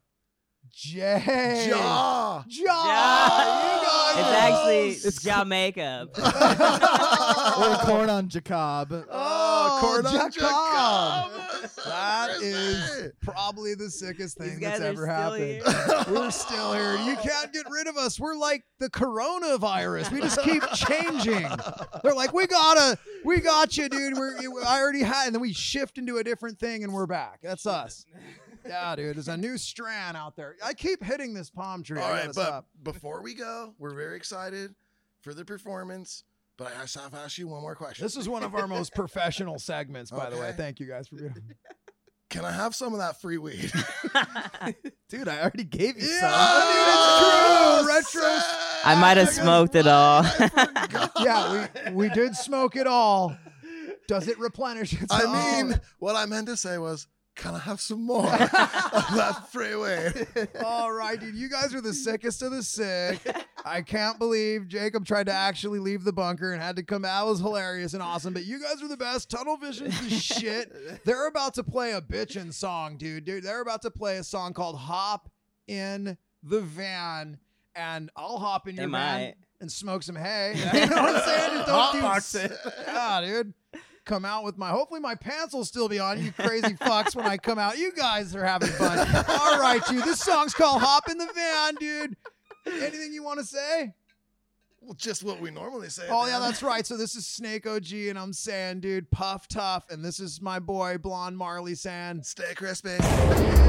Jay.
Jaw.
Ja. You got
It's
it.
actually Jamaica.
or corn on Jacob.
Oh, corn on
Jacob.
Jacob.
That is probably the sickest thing
These
that's
guys are
ever
still
happened.
here.
We're still here. You can't get rid of us. We're like the coronavirus. We just keep changing. They're like, we gotta, we got you, dude. We're, I already had, and then we shift into a different thing, and we're back. That's us. Yeah, dude. There's a new strand out there. I keep hitting this palm tree.
All
I
right,
gotta
but
stop.
before we go, we're very excited for the performance. But I have to ask you one more question.
This is one of our most professional segments, by the way.
Okay.
Thank you guys for being.
Can I have some of that free weed?
Dude, I already gave you
Yeah, dude, it's true. Retro-
I might have
sick.
smoked it all.
I forgot.
yeah, we we did smoke it all. Does it replenish itself?
I mean, what I meant to say was, can I have some more of that free weed?
all right, dude, you guys are the sickest of the sick. I can't believe Jacob tried to actually leave the bunker and had to come out. It was hilarious and awesome, but you guys are the best. Tunnel Vision's the shit. They're about to play a bitchin' song, dude. Dude, they're about to play a song called Hop in the Van. And I'll hop in
They
your van
might.
and smoke some hay. You know what I'm saying? Just don't do yeah, dude. Come out with my. Hopefully, my pants will still be on. You crazy fucks! When I come out, you guys are having fun. All right, dude. This song's called "Hop in the Van," dude. Anything you want to say?
Well, just what we normally say.
Oh yeah,
man.
that's right. So this is Snake OG, and I'm saying, dude, Puff Tough, and this is my boy Blonde Marley saying.
Stay crispy.
Yeah.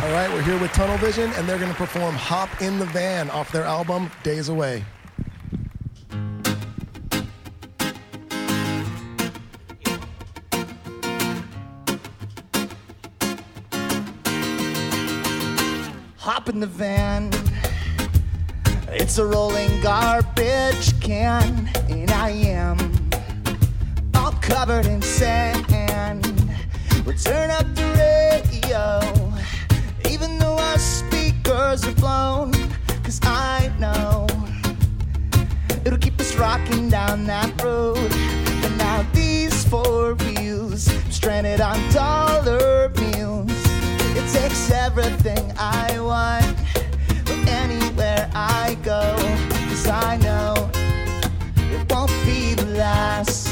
All right, we're here with Tunnel Vision, and they're going to perform Hop in the Van off their album Days Away.
Hop in the van. It's a rolling garbage can, and I am all covered in sand. We turn up the radio, even though our speakers are blown. Cause I know it'll keep us rocking down that road. But now these four wheels, stranded on dollar meals. It takes everything I want for anywhere I go. Cause I know it won't be the last.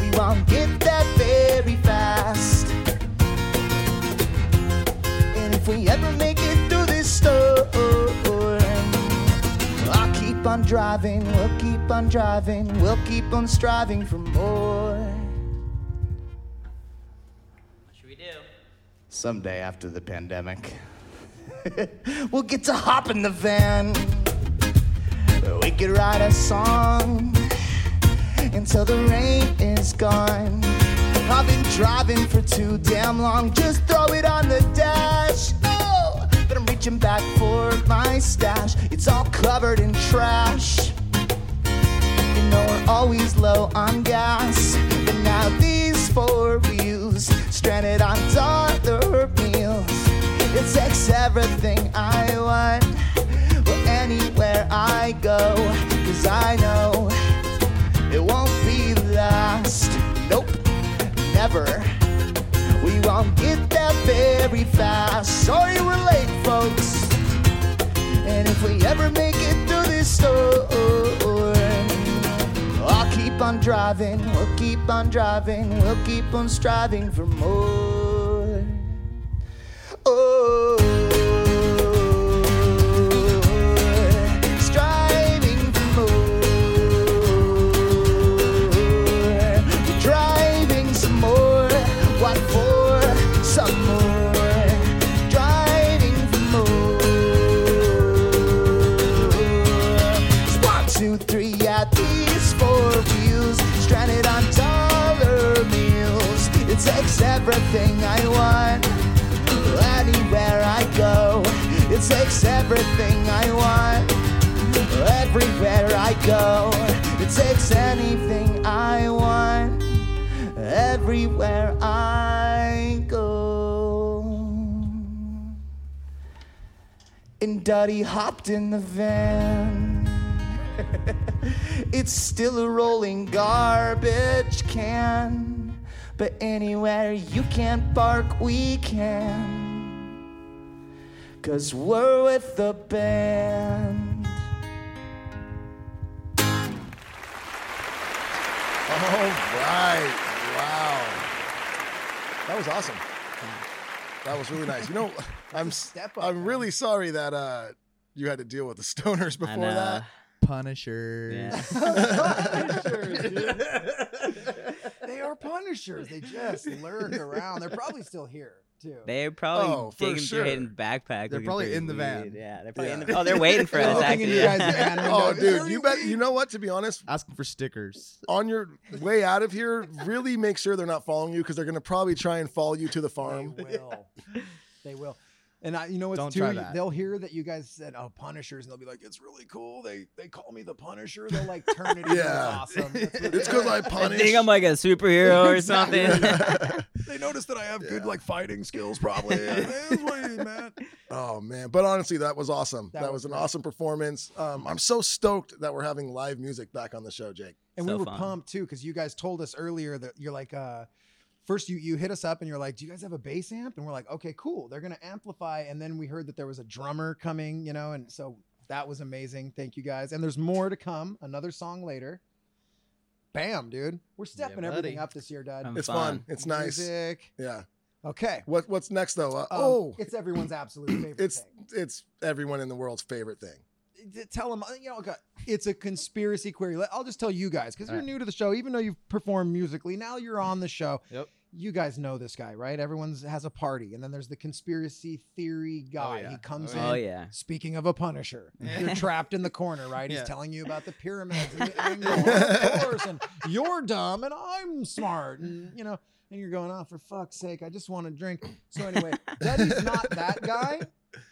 We won't get that very fast. And if we ever make it through this storm, I'll keep on driving, we'll keep on driving, we'll keep on striving for more.
Someday after the pandemic.
we'll get to hop in the van. We could write a song until the rain is gone. I've been driving for too damn long, just throw it on the dash. Oh, but I'm reaching back for my stash, it's all covered in trash. You know we're always low on gas, but now these four wheels stranded on dollar meals. It takes everything I want, well anywhere I go, cause I know it won't be the last. Nope, never. We won't get there very fast. Sorry we're late, folks. And if we ever make it through this storm, I'll keep on driving, we'll keep on driving, we'll keep on striving for more. Oh. Striving for more. Driving some more. What for? Some more. Driving for more. One, two, three, yeah, these four wheels. Stranded on dollar meals. It takes everything I want. Anywhere I go, it takes everything I want. Everywhere I go, it takes anything I want. Everywhere I go. And Duddy hopped in the van. it's still a rolling garbage can. But anywhere you can park, we can. Cause we're with the band.
All right. Wow. That was awesome. That was really nice. You know, I'm I'm really sorry that uh, you had to deal with the stoners before
know.
that.
Punishers.
They are punishers. They just lurk around. They're probably still here too.
They're probably
Oh, for
digging
sure.
through Hayden's backpack.
They're
looking
probably
for
in the
weed.
van.
Yeah, they're probably in
Yeah.
the. Oh, they're waiting for us.
Looking in
Actually,
you guys'
yeah.
van window.
Oh, dude, you bet. You know what? To be honest,
Asking for stickers.
on your way out of here, really make sure they're not following you because they're gonna probably try and follow you to the farm.
They will. they will. And I, you know what's
Don't
too?
try that.
They'll hear that you guys said, "Oh, Punishers," and they'll be like, "It's really cool. They they call me the Punisher." They'll like turn it into
Yeah.
awesome. That's what-
It's because I
I
punish.
think I'm like a superhero or
Exactly.
something.
they notice that I have good like fighting skills, probably. That's what it is, man.
Oh man, but honestly, that was awesome. That,
That
was,
was
an
great.
awesome performance. Um, I'm so stoked that we're having live music back on the show, Jake.
And
So
we were
fun.
pumped too because you guys told us earlier that you're like, uh, first you you hit us up and you're like, "Do you guys have a bass amp?" And we're like, "Okay, cool. They're gonna amplify." And then we heard that there was a drummer coming, you know, and so that was amazing. Thank you guys. And there's more to come. Another song later. Bam, dude. We're stepping everything
buddy.
up this year, Dud.
I'm
It's fun.
fun.
It's nice.
Music.
Yeah.
Okay.
What What's next though? Uh,
Um,
oh,
it's everyone's absolute favorite
it's
thing.
it's everyone in the world's favorite thing.
d- tell them, you know, okay, it's a conspiracy query. Let- I'll just tell you guys because
All
you're
right.
new to the show, even though you've performed musically. Now you're on the show.
Yep.
you guys know this guy, right? Everyone's has a party, and then there's the conspiracy theory guy.
yeah.
He comes
Oh,
in.
yeah.
Speaking of a Punisher, you're trapped in the corner, right?
Yeah.
He's telling you about the pyramids and the angle course, and you're dumb and I'm smart, and you know, and you're going, oh, for fuck's sake, I just want to drink. So anyway, Dudley's not that guy.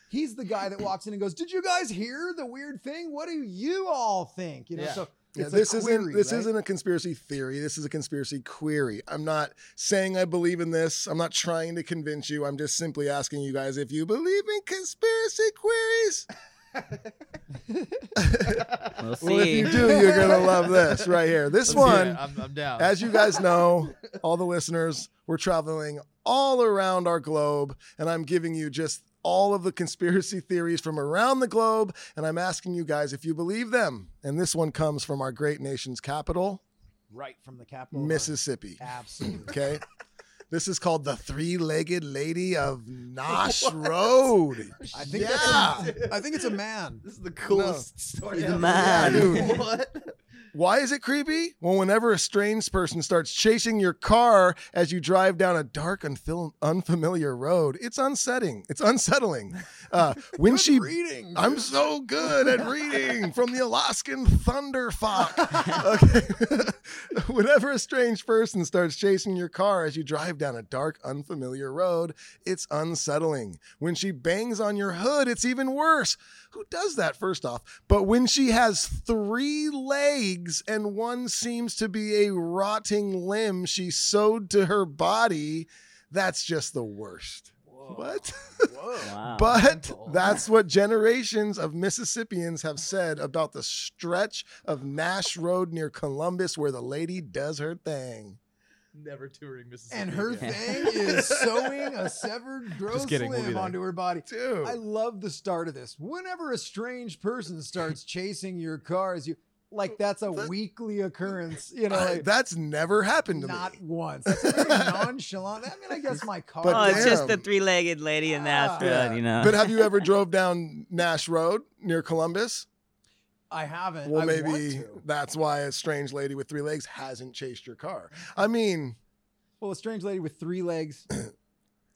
He's the guy that walks in and goes, "Did you guys hear the weird thing? What do you all think?" You know,
Yeah.
so.
Yeah,
it's a
this isn't
query,
this
right?
isn't a conspiracy theory. This is a conspiracy query. I'm not saying I believe in this. I'm not trying to convince you. I'm just simply asking you guys if you believe in conspiracy queries.
We'll see.
Well, if you do, you're gonna love this right here. This one,
I'm, I'm down.
as you guys know, all the listeners, we're traveling all around our globe, and I'm giving you just all of the conspiracy theories from around the globe, and I'm asking you guys if you believe them. And this one comes from our great nation's capital,
right from the capital, of-
Mississippi.
Absolutely.
Okay. This is called the three-legged lady of Nosh Road.
I think
yeah.
that's a, I think it's a man.
this is the coolest story ever.
Man.
Yeah, dude. what?
Why is it creepy? Well, whenever a strange person starts chasing your car as you drive down a dark, unfil- unfamiliar road, it's unsettling. It's unsettling. Uh, when she
reading.
I'm so good at reading from the Alaskan Thunder Fox. Okay. Whenever a strange person starts chasing your car as you drive down a dark, unfamiliar road, it's unsettling. When she bangs on your hood, it's even worse. Who does that, first off? But when she has three legs and one seems to be a rotting limb she sewed to her body, that's just the worst. What?
Oh, Wow.
But that's what generations of Mississippians have said about the stretch of Nash Road near Columbus where the lady does her thing.
Never touring Mississippi.
and her
again.
thing is sewing a severed gross
kidding, we'll be
limb
there.
onto her body.
Dude.
I love the start of this. Whenever a strange person starts chasing your car, as you like, that's a weekly occurrence. You know,
Oh, I-
like,
that's never happened to
not
me.
once. That's a very nonchalant. I mean, I guess my car.
But
oh, it's just the
damn.
three-legged lady in
Ah.
that
Yeah.
thread, you know.
But uh, have you ever drove down Nash Road near Columbus?
I haven't.
Well,
I want
maybe
to.
that's why a strange lady with three legs hasn't chased your car. I mean,
Well, a strange lady with three legs.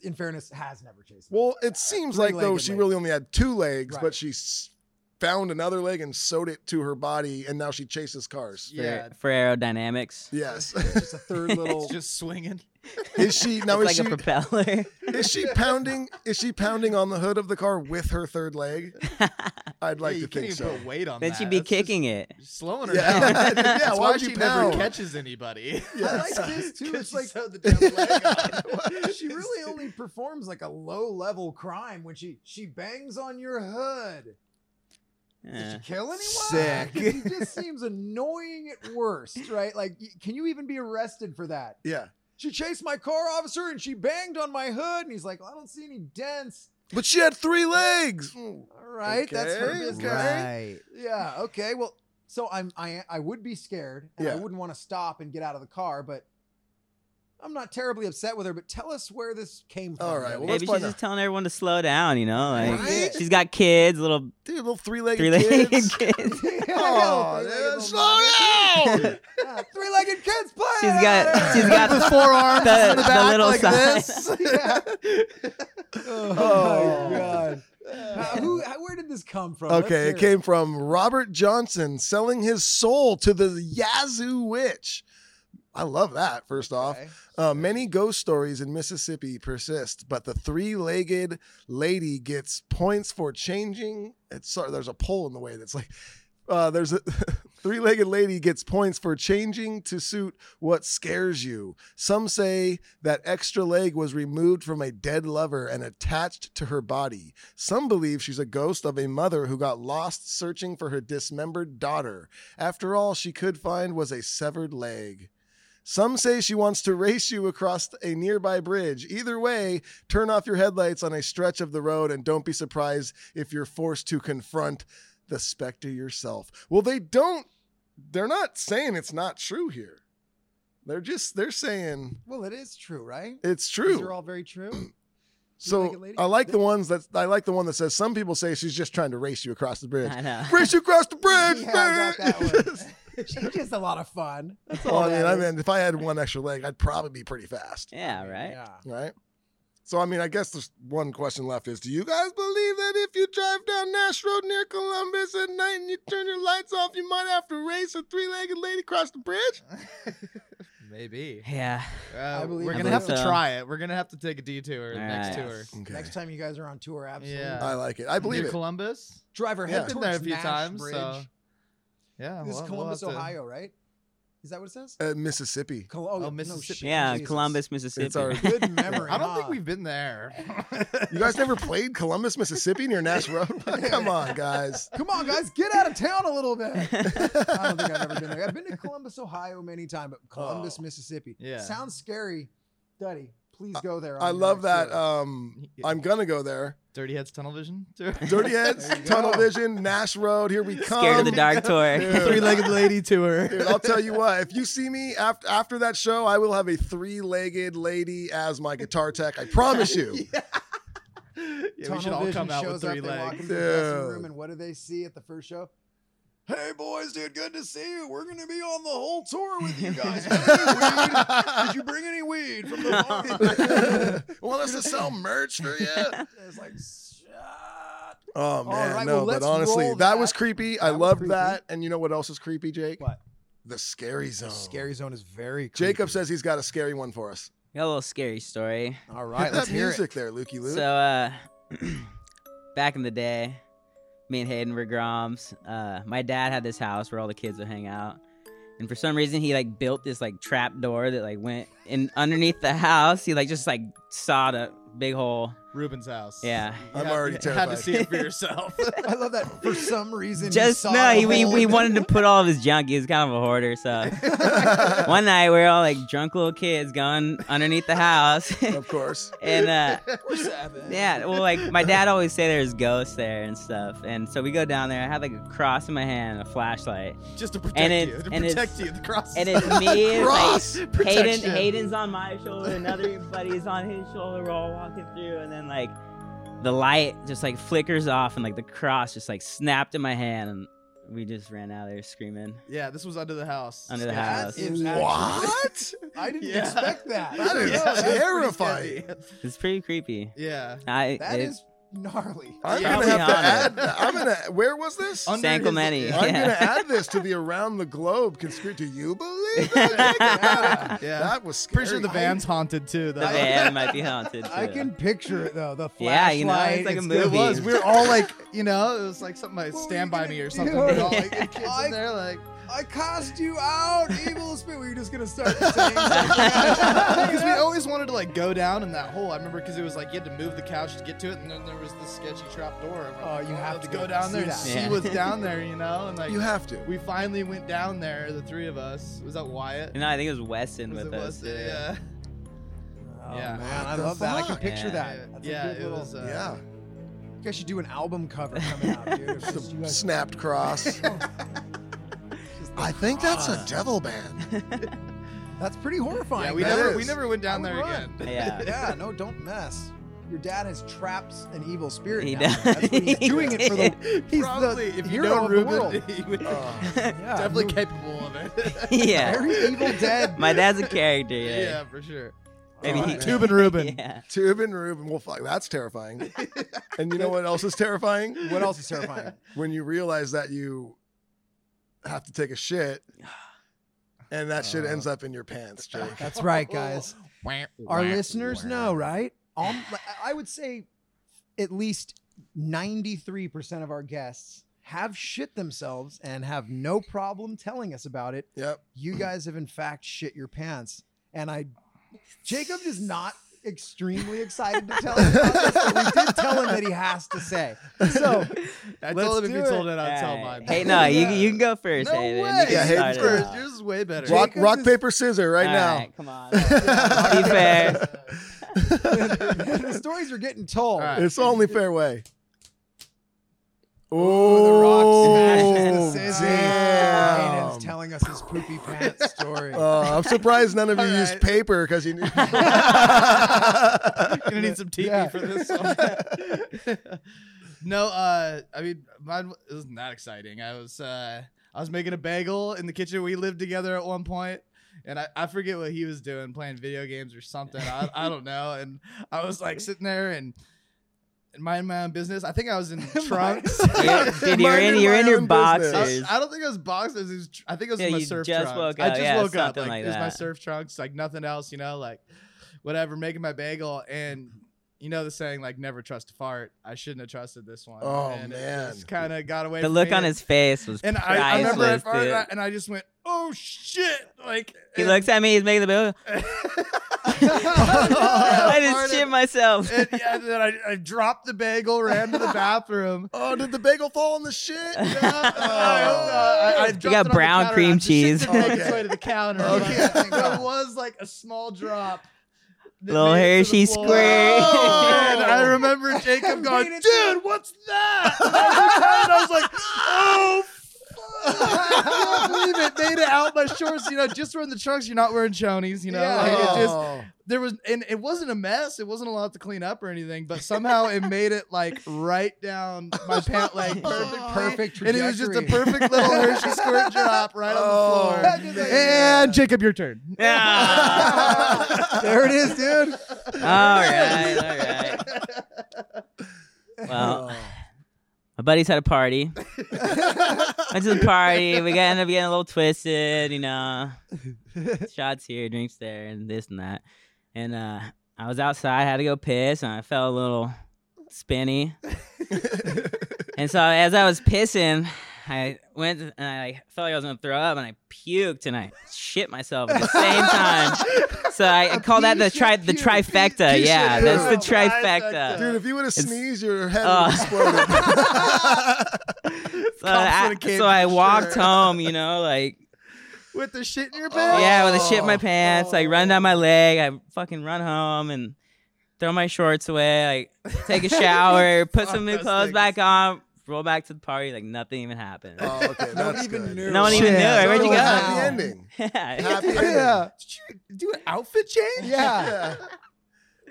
In fairness, has never chased. me.
well, it seems like though
Three-legged
she
lady.
really only had two legs,
Right.
but she s- found another leg and sewed it to her body, and now she chases cars.
for,
Yeah.
for aerodynamics.
Yes.
Just a third little.
It's just swinging.
Is she now?
it's like
is
a
she
propeller.
Is she pounding? Is she pounding on the hood of the car with her third leg? I'd like
yeah, you
to think
can't
so.
even put weight on
then
that.
she'd be
That's just-
kicking it.
You're slowing her
Yeah,
down.
yeah,
That's
why
why
would
she
you
never
pound?
catches anybody.
I like this too. It's like "Oh,
the damn leg on.
she really only performs like a low level crime when she she bangs on your hood. Did
Yeah.
she kill
Eh.
anyone?
Sick.
It just seems annoying at worst, right? Like, y- can you even be arrested for that?
Yeah,
She chased my car officer and she banged on my hood, and he's like, well, I don't see any dents.
but she had three legs.
All right, that's her
Okay,
business.
okay.
Yeah. Okay. Well, so I'm I I would be scared, and I
Yeah.
wouldn't want to stop and get out of the car, but I'm not terribly upset with her. But tell us where this came from.
All right,
Debbie.
well, let's
Maybe she's
find
just
out.
telling everyone to slow down, you know. Like
Right?
she's got kids, little
Dude, little three-legged,
three-legged
kids.
kids.
Oh, dude, slow down!
three legged kids play.
She's got she's got the forearms the, the little sign.
Yeah. oh,
Oh.
my god. How- who, how, where did this come from? Let's
Okay,
hear
it came from Robert Johnson selling his soul to the Yazoo witch. I love that, first off. Uh, many ghost stories in Mississippi persist, but the three legged lady gets points for changing. It's sorry, there's a pole in the way that's like, uh, there's a three legged lady gets points for changing to suit what scares you. Some say that extra leg was removed from a dead lover and attached to her body. Some believe she's a ghost of a mother who got lost searching for her dismembered daughter. After all she could find was a severed leg. Some say she wants to race you across a nearby bridge. Either way, turn off your headlights on a stretch of the road and don't be surprised if you're forced to confront the specter yourself. Well, they don't they're not saying it's not true here. They're just they're saying
Well, it is true, right?
it's
These are
true.
all very true. like it,
So
lady?
I like the ones that I like the one that says some people say she's just trying to race you across the bridge.
I know.
Race you across the bridge.
Yeah, I got that
man!
one. She's just a lot of fun. That's
Well,
all.
I mean,
that
I
is.
mean, if I had one extra leg, I'd probably be pretty fast,
Yeah, right.
Yeah.
right? So, I mean, I guess there's one question left is do you guys believe that if you drive down Nash Road near Columbus at night and you turn your lights off, you might have to race a three legged lady across the bridge?
Maybe.
Yeah.
Uh,
believe
we're
I
gonna
believe
have to
so.
try it. We're gonna have to take a detour
All
next
right.
tour.
Okay.
Next time you guys are on tour, absolutely.
Yeah.
I like it. I believe
Near
it.
Columbus.
Driver,
Yeah.
head towards
Been there a few
Nash
times.
Bridge.
So. Yeah.
This
we'll-
is
we'll have
Columbus,
to-
Ohio, right? Is that what it says?
Uh, Mississippi.
Col-
oh,
no
Mississippi.
shit,
Yeah,
Jesus.
Columbus, Mississippi.
It's our-
Good memory.
I don't think
huh?
we've been there.
You guys never played Columbus, Mississippi near Nash Road? Come on, guys.
Come on, guys, get out of town a little bit. I don't think I've ever been there. I've been to Columbus, Ohio, many times, but Columbus,
Oh.
Mississippi.
Yeah.
Sounds scary, Duddy. Please go there. on
I
your
love
next
that.
tour.
Um, I'm gonna go there.
Dirty Heads Tunnel Vision. tour.
Dirty Heads,
There you go.
Tunnel Vision, Nash Road. Here we come.
Scared of the dark tour.
Dude.
Three-legged lady tour.
Dude, I'll tell you what. If you see me after after that show, I will have a three-legged lady as my guitar tech. I promise you.
yeah, we
Tunnel
should all
Vision
come out with
shows up,
three
they walk
legs.
into the dressing
Dude.
room, and what do they see at the first show? Hey boys, dude, good to see you. We're gonna be on the whole tour with you guys. Did you bring any weed from the farm?
Want us to sell merch for you?
it's like, shut.
Oh man,
right,
no,
well,
but
let's
honestly,
roll
that. was
that.
creepy. I
That was
loved
creepy.
that. And you know what else is creepy, Jake?
What?
The scary zone.
Scary Zone is very. Creepy.
Jacob says he's got a scary one for us.
Got a little scary story.
"All
Hit
right,
that
let's hear it."
music there, Lukey Luke.
So, uh, back in the day, me and Hayden were groms. Uh, my dad had this house where all the kids would hang out, and for some reason, he like built this like trap door that like went in underneath the house. He like just like sawed a big hole.
Ruben's house.
Yeah.
You
I'm
had-
already
you Had
terrified.
to see it for yourself.
I love that. For some reason, he
Just
saw
no,
the
he, we,
hole.
we wanted to put all of his junk. He was kind of a hoarder, so one night we were all like drunk little kids going underneath the house,
of course.
and uh, yeah, well, like my dad always say there's ghosts there and stuff, and so we go down there. I had like a cross in my hand, and a flashlight,
Just to protect
And it-
you. To
and it's-
protect you. The cross.
and it's me, and,
Cross
like
protection.
Hayden. Hayden's on my shoulder, another buddy's on his shoulder. We're all walking through, and then like the light just like flickers off, and like the cross just like snapped in my hand, and we just ran out of there screaming.
Yeah, this was under the house.
Under the
Yeah.
house.
Is actually-
What?
I didn't
Yeah.
expect that.
That is
Yeah, that's pretty
terrifying.
scary.
It's pretty creepy.
Yeah.
I
That
it-
is gnarly.
I'm
Yeah,
gonna
I'll
have
be
to add.
honest.
I'm gonna. Where was this?
Un-
San
under his-
Clemente.
I'm
I'm gonna
yeah.
add this to the around the globe conspiracy. Do you believe that? Yeah.
Yeah.
That was scary.
Pretty sure the van's haunted too.
the van might be haunted. Too.
I can picture it though. The
Yeah,
flashlight.
you know, it's like a movie.
It was. We were all like, you know, it was like something like
What were
Stand
you
By
gonna
Me
do?
or something. We were all like,
Yeah.
the kids
I-
in there like,
I cast you out, evil spirit. We're just gonna start saying Oh, something.
because we always wanted to like go down in that hole. I remember because it was like you had to move the couch to get to it, and then there was this sketchy trap door. And we're
Oh,
like,
you have
let's
to
go
go
down there and
see
see
that. Yeah.
what's down there, you know? And like,
You have to.
we finally went down there, the three of us. Was that Wyatt?
No, I think it was Weston
Was
with
it
us.
us? Yeah.
Oh,
Yeah.
man, I
What the
love that. I can
fuck?
picture
Yeah.
that. That's
yeah,
a good
it
little,
was. Uh,
yeah.
you guys should do an album cover coming out, dude. It's just you
The
guys-
snapped cross.
Oh, just the-
I think that's a devil band.
that's pretty horrifying.
Yeah, we
man.
That
never
is.
we never went down
I
there
would run.
again.
Yeah.
Yeah, no, don't mess. Your dad has traps an evil spirit.
He
now.
does.
That's what he's
He
doing it for the. He's
Probably,
the
if you
hero
know
of
Ruben,
the world. Oh.
he would
Uh,
Yeah,
definitely capable of it.
yeah.
Very evil dead.
My dad's a character.
yeah.
Yeah.
for sure.
Oh,
Maybe he,
Alright.
Tube and Ruben.
Yeah.
Tube and Ruben. Well, fuck, that's terrifying. and you know what else is terrifying?
What else is terrifying?
When you realize that you have to take a shit, and that shit ends up in your pants, Jake.
That's right, guys. Our listeners know, right? All, I would say at least 93% of our guests have shit themselves and have no problem telling us about it.
Yep.
You guys have, in fact, shit your pants. And I, Jacob is not extremely excited to tell us about this, but we did tell him that he has to say. So
I
Let's
told him if
do
he told
it.
it, I'd tell
Alright.
mine.
Hey, no, you, you can go first,
No
Hayden.
way.
You can
Yeah,
start
Hayden's
it
first.
out.
Yours is way better.
Rock,
Jacob's
rock
is-
paper, scissor right
Alright, come on. Be fair.
the stories are getting told.
now. It's the only fair way. Oh,
The rock smashes the
oh,
scissors.
damn.
Aiden's telling us his poopy pants story.
Uh, I'm surprised none of you
All
used
right.
paper because you knew.
I'm gonna need some TV
Yeah.
for this. one. no, uh, I mean, mine w- it wasn't that exciting. I was, uh, I was making a bagel in the kitchen. We lived together at one point, and I, I forget what he was doing, playing video games or something. I, I don't know. And I was like sitting there and. and Minding my own business. I think I was in trunks.
You're- dude, you're in-
Minding
you're in
my
your
own business.
boxers.
I, I don't think it was boxers. It was, tr- I think it was
Yeah,
my
you
surf
just
trunks.
woke
I
up.
just
Yeah,
woke up.
something
Like,
like
it was my
that.
surf trunks. Like nothing else. You know, like whatever. Making my bagel and. You know the saying like never trust a fart. I shouldn't have trusted this one.
Oh,
and
man.
kind of got away.
The
from
look
me.
on his face was
And I,
priceless.
I remember I farted
dude.
and I- and I just went, "Oh shit!" Like
he
and-
looks at me. He's making the bill.
Oh,
I just
farted.
shit myself.
And, yeah, and then I, I dropped the bagel, ran to the bathroom.
Oh, did the bagel fall in the shit?
I, uh, I- I dropped
got
it on the
brown
counter.
cream
The shit
cheese.
didn't make its
Okay.
way to the counter.
Okay.
but there was like a small drop. that
Little
made it to the
Hershey
floor.
square.
Oh, and I remember Jacob going,
Made it to-
"Dude, what's that?" And I was like, "Oh." fuck." I can't believe it. Made it out my shorts. You know, just wearing the trunks. You're not wearing chonies. You know, like,
Oh.
it just there was and it wasn't a mess it wasn't a lot to clean up or anything but somehow it made it like right down my pant leg perfect
Perfect
and it was just a
trajectory.
perfect little hershey squirt drop right
Oh,
on the floor and jacob your turn
Ah.
there it is, dude.
all right, all right. Well, my buddies had a party. Went to the party. We got ended up getting a little twisted, you know. Shots here, drinks there, and this and that. And uh, I was outside, had to go piss, and I felt a little spinny. and so as I was pissing, I went and I like, felt like I was gonna throw up, and I puked and I shit myself at the same time. So I, I call that the tri- the trifecta.
pea
yeah,
shit
that's the
poop.
trifecta.
Dude, if you would have sneezed, your head
Oh.
would have exploded.
so I,
would've came
so I
for
walked
sure.
home, you know, like
with the shit in your pants
yeah, with a shit in
Oh.
my pants, like run down my leg. I fucking run home and throw my shorts away. Like take a shower, put some new
Fuck those
clothes
things.
back on, roll back to the party. Like nothing even happened.
oh, okay,
No one
that's
even
good.
knew.
No one even
Shit.
knew.
So
Where'd
it
you
was
go?
a Happy ending.
yeah.
Happy ending.
Yeah.
Did you do an outfit change
Yeah.
Yeah.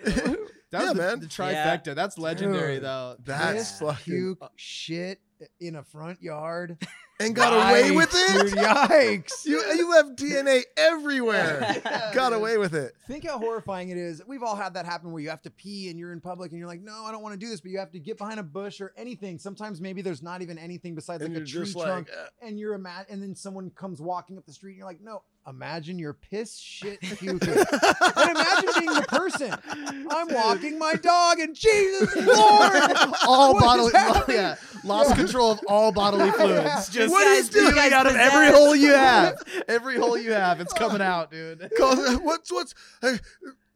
that was
Yeah,
the,
man.
the trifecta that's legendary
Dude.
though
That's
Piss,
fucking.
puke shit in a front yard.
And got away
Yikes,
with it?
dude, yikes.
You, you left DNA everywhere. got away with it.
Think how horrifying it is. We've all had that happen where you have to pee and you're in public and you're like, no, I don't want to do this, but you have to get behind a bush or anything. Sometimes maybe there's not even anything besides
And
like
you're
a tree
just
trunk.
like, uh,
and you're ima- and then someone comes walking up the street and you're like, no, imagine your piss shit puking. and imagine being the person. I'm walking my dog and Jesus Lord.
all
What is
bodily
happening?
yeah, lost control of all bodily fluids just
What is this?
spewing out of every hole you have every hole you have it's coming out dude
Call, uh, what's what's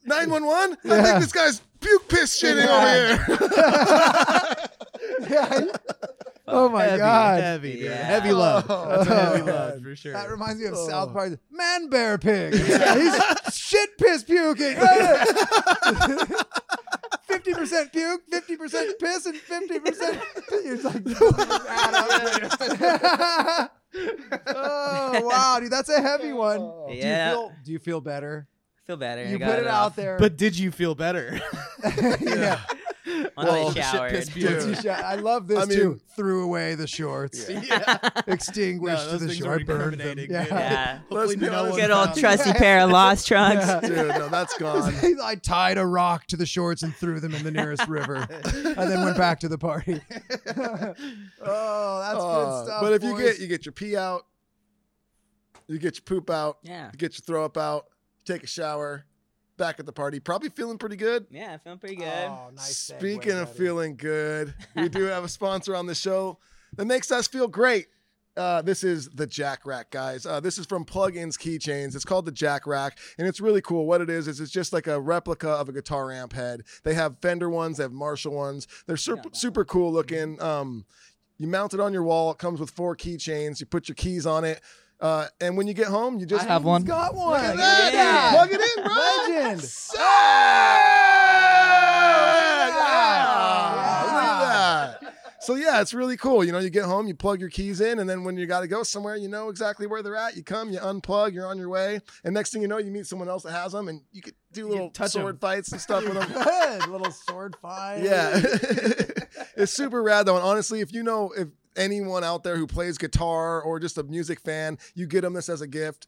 nine one one? I think this guy's puke piss shitting over here.
oh my
heavy,
god.
heavy, dude.
Yeah.
heavy load. That's a heavy
Oh,
load for sure.
That reminds me of South Park. Man bear pig. He's shit piss puking. Fifty percent puke, fifty percent piss, and fifty percent. oh wow, dude, that's a heavy one. Do You
Yeah.
feel, do you feel better?
Feel better.
You put it out there.
but did you feel better?
yeah.
well,
Oh, shit
showered.
pissed
Once you
puke.
sho- I love this
I mean-
too. Threw away the shorts.
Yeah.
Extinguished to
No, those
the
things
shore.
are
I burned them.
incriminating,
Yeah.
dude.
Yeah.
Hopefully
Let's be
no
honest.
one
Good old
found-
trusty pair of lost trunks.
Dude, no, that's gone.
I tied a rock to the shorts and threw them in the nearest river, and then went back to the party. oh, that's
Uh,
good stuff.
Oh, but if you
boys.
get you get your pee out, you get your poop out,
Yeah.
you get your throw up out, take a shower, back at the party, probably feeling pretty good.
Yeah, feeling pretty good.
Oh, nice segue,
Speaking of
buddy.
feeling good, we do have a sponsor on the show that makes us feel great. Uh, this is the Jack Rack, guys. Uh, this is from Plugins Keychains. It's called the Jack Rack, and it's really cool. What it is is it's just like a replica of a guitar amp head. They have Fender ones, they have Marshall ones. They're super, super cool looking. Um, you mount it on your wall. It comes with four keychains. You put your keys on it, uh, and when you get home, you just
I have one.
got one. Look
Yeah,
at
dude,
Yeah.
plug it in, bro.
Legend.
Sick! Yeah.
Yeah.
Look at that. So yeah, it's really cool. You know, you get home, you plug your keys in, and then when you got to go somewhere, you know exactly where they're at. You come, you unplug, you're on your way, and next thing you know, you meet someone else that has them, and you could do little
touch
sword
'em.
fights and stuff with them.
Good little sword fight.
Yeah, it's super rad though. And honestly, if you know if anyone out there who plays guitar or just a music fan, you get them this as a gift.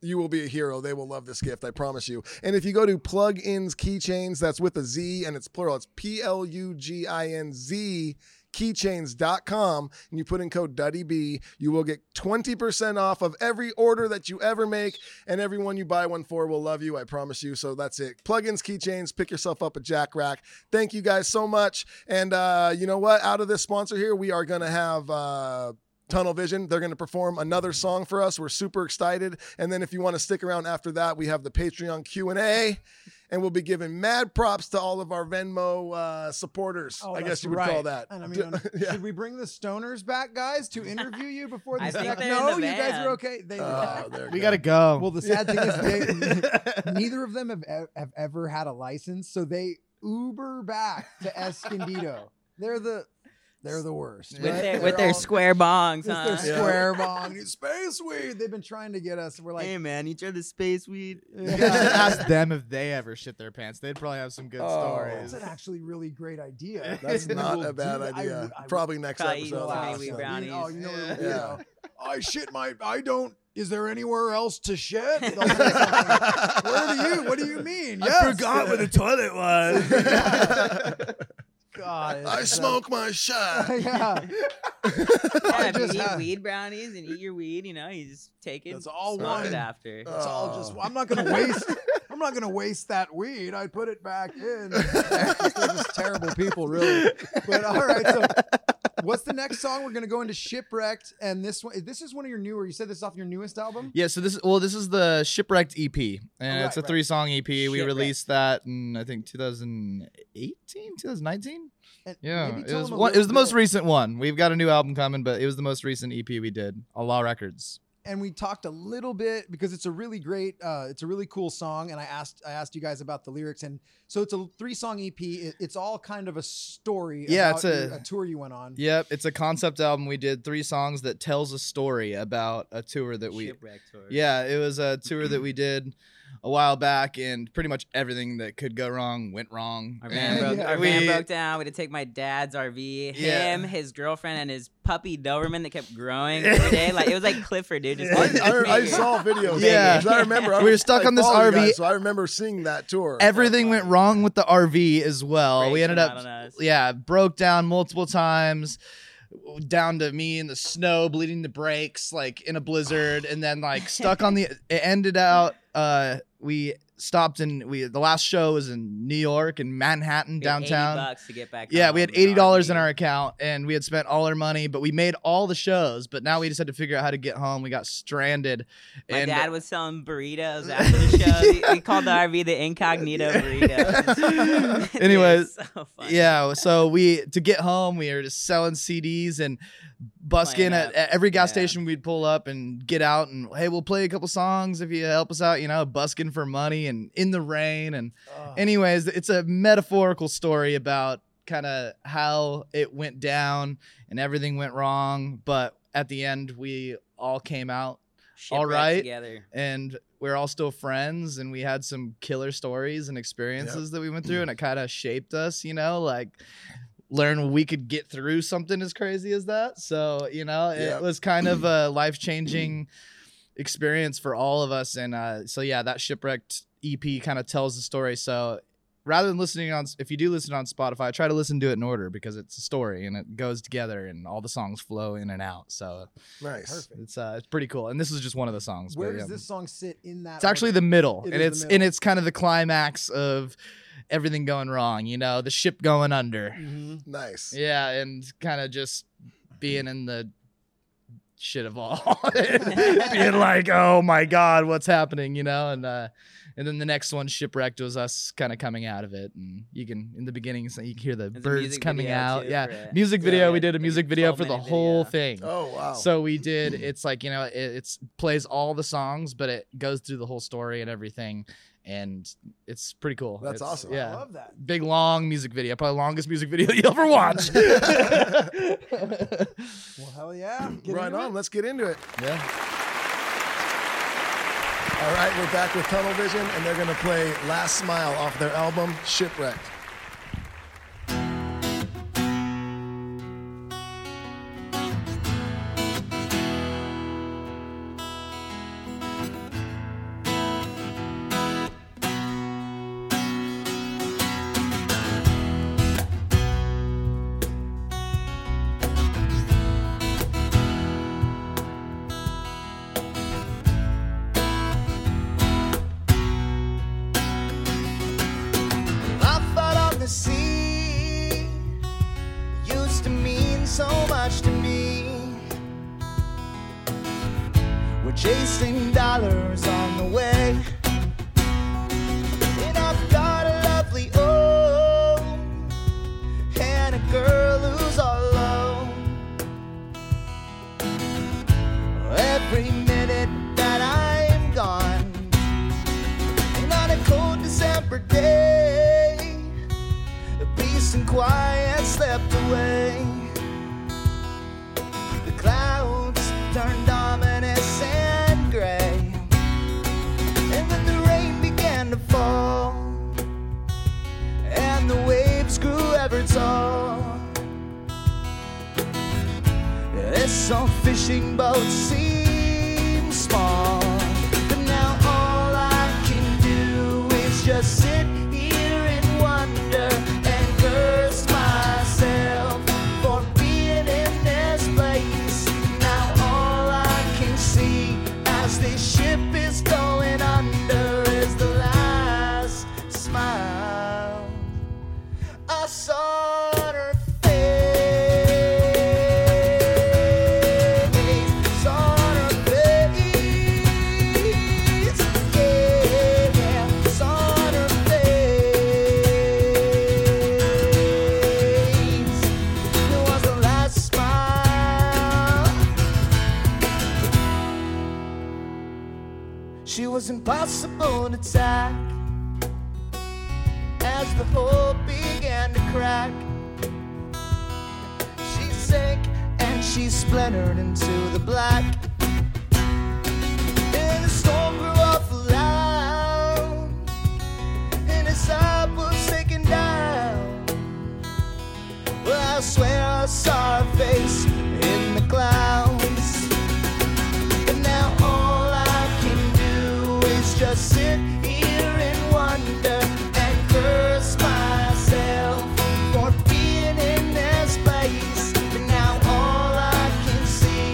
You will be a hero. They will love this gift, I promise you. And if you go to plugins keychains, that's with a Z and it's plural. It's P L U G I N Z keychains.com and you put in code DuddyB, you will get 20% off of every order that you ever make. And everyone you buy one for will love you, I promise you. So that's it. Plugins, keychains, pick yourself up a jack rack. Thank you guys so much. And uh, you know what? Out of this sponsor here, we are going to have. Uh, Tunnel Vision. They're going to perform another song for us. We're super excited. And then if you want to stick around after that, we have the Patreon Q&A and we'll be giving mad props to all of our Venmo uh, supporters. I guess you would call that.
Oh, And I
Do-
mean, should we bring the stoners back, guys, to interview you before
I
this?
think
next-
they're in
no,
the
you guys
van.
are okay. They,
Oh, there
We gotta go.
Well, the sad thing is, they, neither of them have, e- have ever had a license, so they Uber back to Escondido. they're the they're the worst.
with
right?
their,
They're
with their
all-
square bongs,
just
huh?
their square bong, dude, space weed. They've been trying to get us. We're like,
hey man, you tried the space weed.
You guys should ask them if they ever shit their pants. They'd probably have some good
"Oh,
Oh.
that's
stories.
an actually really great idea.
That's
We
not
will
a bad
do that. I
idea.
would- I would
Probably next
Probably eat
episode.
too many
I'll
wheat
ask
brownies.
them.
You know, oh, you know,
Yeah.
what we
Yeah.
do. I shit my. I don't. Is there anywhere else to shit? They'll say something like, Where do
Where
you? What do you mean?
I forgot where the toilet was.
God,
I
it's, uh,
smoke my shot.
yeah,
Yeah, if
just
you eat
had-
weed brownies and eat your weed, you know, you just take it.
That's all
smoke it
one.
after.
it's all just.
Oh.
I'm not gonna waste. I'm not gonna waste that weed. I put it back in. They're just terrible people, really. But all right, so what's the next song? We're gonna go into shipwrecked, and this one. This is one of your newer. You said this is off your newest album.
Yeah, so this well, this is the Shipwrecked EP, and
right,
it's a
right.
three song EP. We
Shipwrecked.
released that in I think 2018, 2019.
And
Yeah,
maybe
it
tell
was
them a
one, it was
little
the most
bit-
recent one. We've got a new album coming, but it was the most recent EP we did. Allah Records.
and we talked a little bit because it's a really great uh, it's a really cool song and i asked i asked you guys about the lyrics and so it's a three song ep it, it's all kind of a story
Yeah,
about
it's a-
your- a tour you went on
Yep, it's a concept album we did. Three songs that tells a story about a tour that we
Shipwreck tour.
Yeah, it was a tour that we did a while back, and pretty much everything that could go wrong went wrong.
Our van,
And
broke, our
we-
van broke down. We had to take my dad's RV.
Yeah.
Him, his girlfriend, and his puppy Doberman that kept growing every day. Like it was like Clifford, dude. Just
I, I, I
bigger.
saw videos.
Yeah.
Yeah, I remember. I
We were
was-
stuck
I
on this
follow you
RV.
guys, so I remember seeing that tour.
Everything went wrong with the RV as well. we
Brakes
ended
were
up,
not on us.
yeah, broke down multiple times, down to me in the snow, bleeding the brakes, like in a blizzard, and then like stuck on the. It ended out. Uh, we stopped in. We the last show was in New York in Manhattan
We had 80
downtown.
bucks to get back
Yeah, we had
home
eighty
with the
dollars in
RV.
our account, and we had spent all our money, but we made all the shows. But now we just had to figure out how to get home. We got stranded,
My
and uh,
dad was selling burritos after the show. We- We called the RV the incognito burrito. Dude,
Anyways,
it's so funny.
yeah. So we to get home, we were just selling CDs and busking
Playing
at,
up.
at every gas
Yeah.
station we'd pull up and get out and hey, we'll play a couple songs if you help us out. You know, busking for money and in the rain. And anyways, it's a metaphorical story about kind of how it went down and everything went wrong, but at the end we all came out
Shipwrecked
all right.
Together.
and we're all still friends and we had some killer stories and experiences that we went
Mm.
through and it kind of shaped us you know like learn we could get through something as crazy as that so you know it
Yeah.
was kind of a life-changing experience for all of us and uh, so yeah that shipwrecked ep kind of tells the story so rather than listening on if you do listen on spotify try to listen to it in order because it's a story and it goes together and all the songs flow in and out so
Nice.
it's uh it's pretty cool and this is just one of the songs but
where does
yeah.
this song sit in that
It's actually the
order?
middle,
It
and
is
it's
the
and
middle.
it's kind of the climax of everything going wrong. You know, the ship going under.
Mhm.
Nice.
Yeah, and kind of just being in the shit of all, being like, oh my god, what's happening? You know, and uh, and then the next one, shipwrecked, was us kind of coming out of it, and you can in the beginning so you can hear the
There's a
birds
music
coming
video,
out.
too,
yeah,
for it.
music
Yeah,
video. we
it's
did a
like a
music video for the
12-minute
whole
video.
thing.
Oh wow.
So we did. It's like you know, it it's, plays all the songs, but it goes through the whole story and everything, and it's pretty cool.
That's
It's-
awesome.
i
Yeah,
love that
big long music video, probably the longest music video you'll ever watch.
well hell yeah Get
right
into
on. Let's get into it.
yeah,
All right, we're back with Tunnel Vision, and they're gonna play "Last Smile" off their album "Shipwrecked."
Last
chasing dollars on the way. And I've got a lovely home and a girl who's all alone. Every minute that I'm gone, and on a cold December day, the peace and quiet slept away. The clouds turned ominous and gray, and then the rain began to fall, and the waves grew ever tall. This old fishing boat seems small, but now all I can do is just sit here and wonder and curse myself for being in this place. Now all I can see as this ship is going under is the last smile I saw on her face. Saw on her face. Yeah, yeah. Saw on her face. It was the last smile. She was impossible to tack as the hole began to crack. She sank and she splintered into the black. And the storm grew awful loud, and his side was taken down. Well, I swear I saw her face in the clouds. And now all I can do is just sit here and wonder and curse myself for being in this place. And now all I can see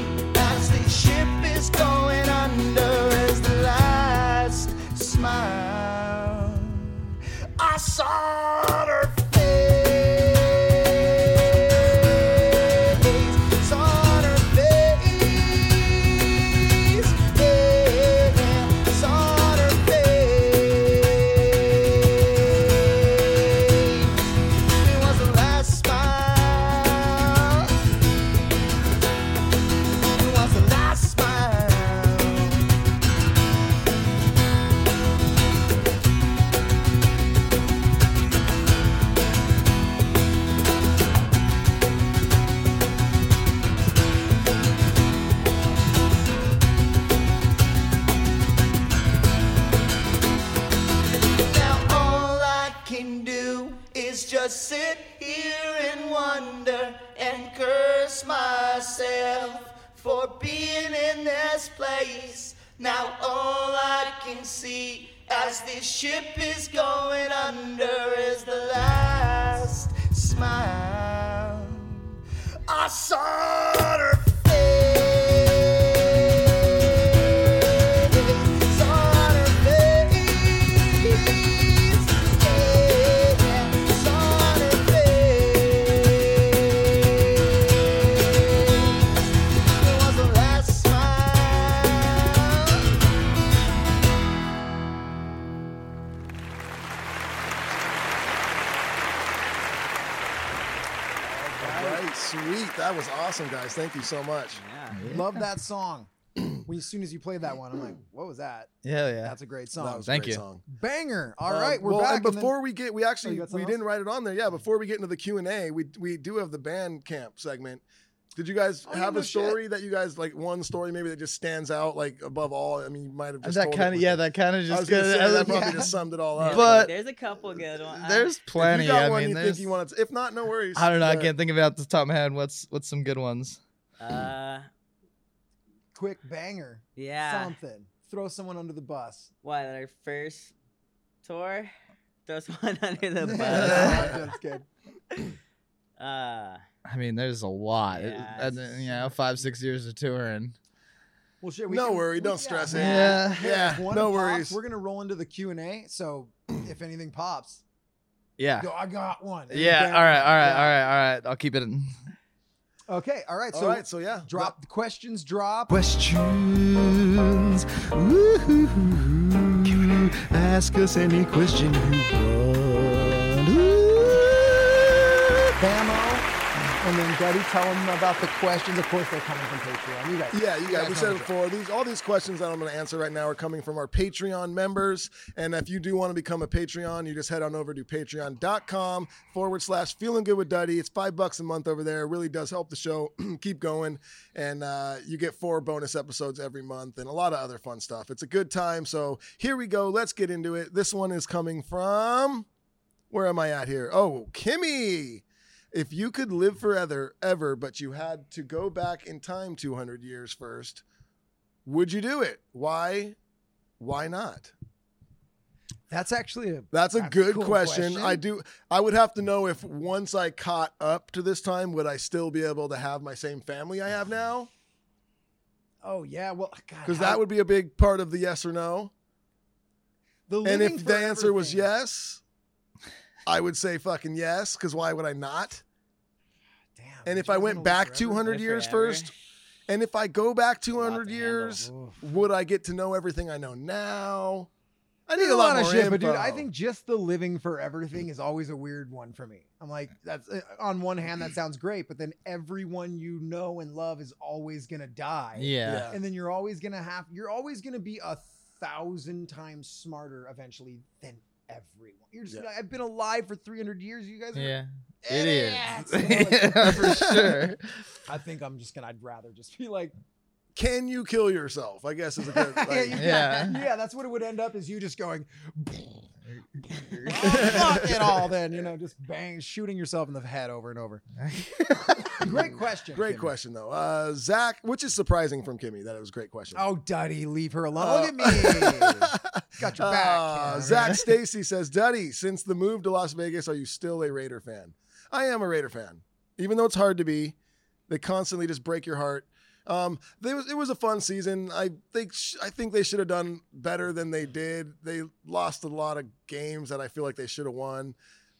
as this ship is going under is the last smile I saw on her face. Saw on her face. Yeah, yeah. Saw on her face. It was the last smile. It was the last smile. Now all I can do is just sit here and wonder and curse myself for being in this place. Now all I can see as this ship is going under is the last smile I saw on her face. Saw on her face. Yeah, yeah. Saw on her face. It was the last smile.
Right, sweet. That was awesome, guys. Thank you so much.
Love that song. when as soon as you played that one, I'm like, what was that?
Yeah, yeah.
That's a great song.
That was
Thank
a great
you.
song.
Banger. All
Uh,
right, we're
well,
back.
And
and then-
before we get,
Oh,
we
you
actually
got
we
something
didn't write it on there. Yeah, before we get into the Q and A, we we do have the band camp segment. Did you guys
Oh,
yeah,
have
no
a story that you guys like? One story maybe that just stands out like above all. I mean, you might have just
that
told it
kind of
with-
yeah, that kind of just
I was gonna
kinda- uh,
say that
yeah.
probably just summed it all up.
But-
there's a couple good ones. I-
there's
if
plenty.
you got
I
one
mean,
you
there's,
think you want to, if not, no worries.
I don't know. I
But-
can't think about the top of my head. What's what's some good ones?
uh,
quick banger.
yeah.
Something. Throw someone under the bus.
What our first tour? Throw someone under the bus.
That's good.
uh,
I mean, there's a lot. It-
Yeah,
that's-
it's-
you know, five six years of touring.
Well, shit, we
No
can-
worry,
we-
don't stress it.
Yeah.
Yeah,
One
no
pops,
worries.
We're gonna roll into the Q and A. So if anything pops,
Yeah.
go, I got one.
Yeah. All right. All right. All right. All right. I'll keep it. in.
Okay. All right.
All
So,
right, so yeah.
Drop questions. Drop.
Questions. Woo-hoo-hoo. Ask us any question you want.
Bamo, and then Duddy, tell them about the questions. Of course, they're coming from Patreon. You guys.
Yeah, you guys. We
know
said it
the
before. These all these questions that I'm going to answer right now are coming from our Patreon members. And if you do want to become a Patreon, you just head on over to patreon.com forward slash feeling good with Duddy. It's five bucks a month over there. It really does help the show keep going. And uh, you get four bonus episodes every month and a lot of other fun stuff. It's a good time. So here we go. Let's get into it. This one is coming from where am I at here? Oh, Kimmy. If you could live forever, ever, but you had to go back in time 200 years first, would you do it? Why? Why not?
That's actually a.
That's a
That's a
good
cool
question.
question.
I do. I would have to know if once I caught up to this time, would I still be able to have my same family I have now?
Oh yeah. Well, God.
Because
how-
that would be a big part of the yes or no.
The
And
living
if the answer was
forever thing.
yes, I would say fucking yes. Because why would I not?
Damn,
And if
you
I
guys
went
wanna live
back
forever?
200
Live
years
forever.
first, and if I go back 200
to
years,
handle.
would I get to know everything I know now? I
There's
need a lot,
of
more
shit, but dude,
info.
I think just the living forever thing is always a weird one for me. I'm like, that's uh, on one hand that sounds great, but then everyone you know and love is always gonna die.
Yeah.
and then you're always gonna have you're always gonna be a thousand times smarter eventually than everyone. You're just
Yeah.
like, I've been alive for 300 years. You guys, are,
Yeah. It
Idiots.
is. yeah, for sure.
I think I'm just gonna. I'd rather just be like,
Can you kill yourself? I guess is a good.
yeah,
like-
you-
Yeah.
yeah, that's what it would end up is you just going. "Oh, fuck it all then you know just bang shooting yourself in the head over and over great question
great
Kimmy.
question though, uh, Zach. Which is surprising from Kimmy that it was a great question.
oh duddy leave her alone
Uh,
look at me got your back
Uh,
Kim.
Zach Stacy says, Duddy, since the move to Las Vegas, are you still a Raider fan? I am a Raider fan, even though it's hard to be. They constantly just break your heart. Um, they was, it was a fun season. I think sh- I think they should have done better than they did. They lost a lot of games that I feel like they should have won,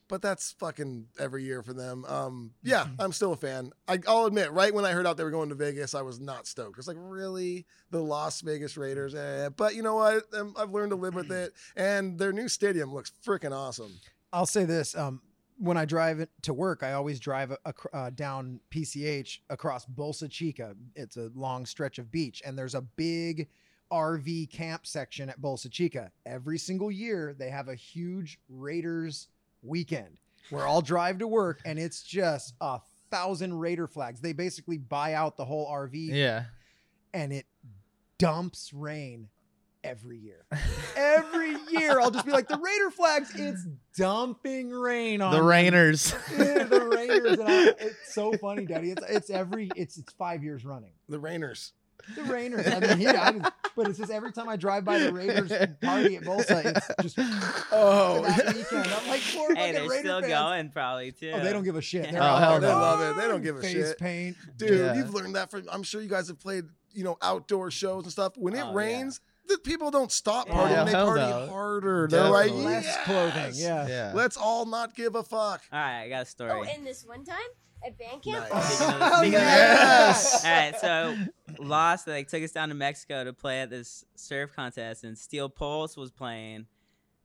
but that's fucking every year for them. Um, yeah,
Mm-hmm.
I'm still a fan. I, I'll admit, right when I heard out they were going to Vegas, I was not stoked. It's like really the Las Vegas Raiders, eh. but you know what? Um, I've learned to live with it, and their new stadium looks freaking awesome.
I'll say this: um, when I drive it to work, I always drive ac- uh, down PCH across Bolsa Chica. It's a long stretch of beach, and there's a big RV camp section at Bolsa Chica. Every single year, they have a huge Raiders weekend where I'll drive to work, and it's just a thousand Raider flags. They basically buy out the whole RV,
Yeah.
and it dumps rain every year. Every year, I'll just be like, the Raider flags, it's dumping rain on
The
them."
Rainers.
Yeah, the Raiders. And I, it's so funny, Daddy. It's it's every it's it's five years running.
The Rainers.
The Raiders. I mean, yeah, I just- but it's just every time I drive by the Raiders party at Bolsa, it's just
Oh,
that weekend. I'm like, poor
Hey, they're
fucking Raider
still
fans.
going probably too.
Oh, they don't give a shit. They're
Oh,
out
hell
They
there,
no.
love it. They don't give a
face
shit.
paint.
dude
Yeah.
you've learned that from i'm sure you guys have played you know outdoor shows and stuff when it
Oh, yeah.
rains the people don't stop
Yeah.
partying
Yeah,
they
Oh, hell
party
no.
harder they're
Definitely.
like
Less
yes!
clothing. Yeah.
Yeah.
let's all not give a fuck
All right, I got a story.
Oh, and this one time at band camp,
Nice.
Speaking
Oh,
of- speaking of-
Yes!
All right, so Lost like took us down to Mexico to play at this surf contest, and Steel Pulse was playing,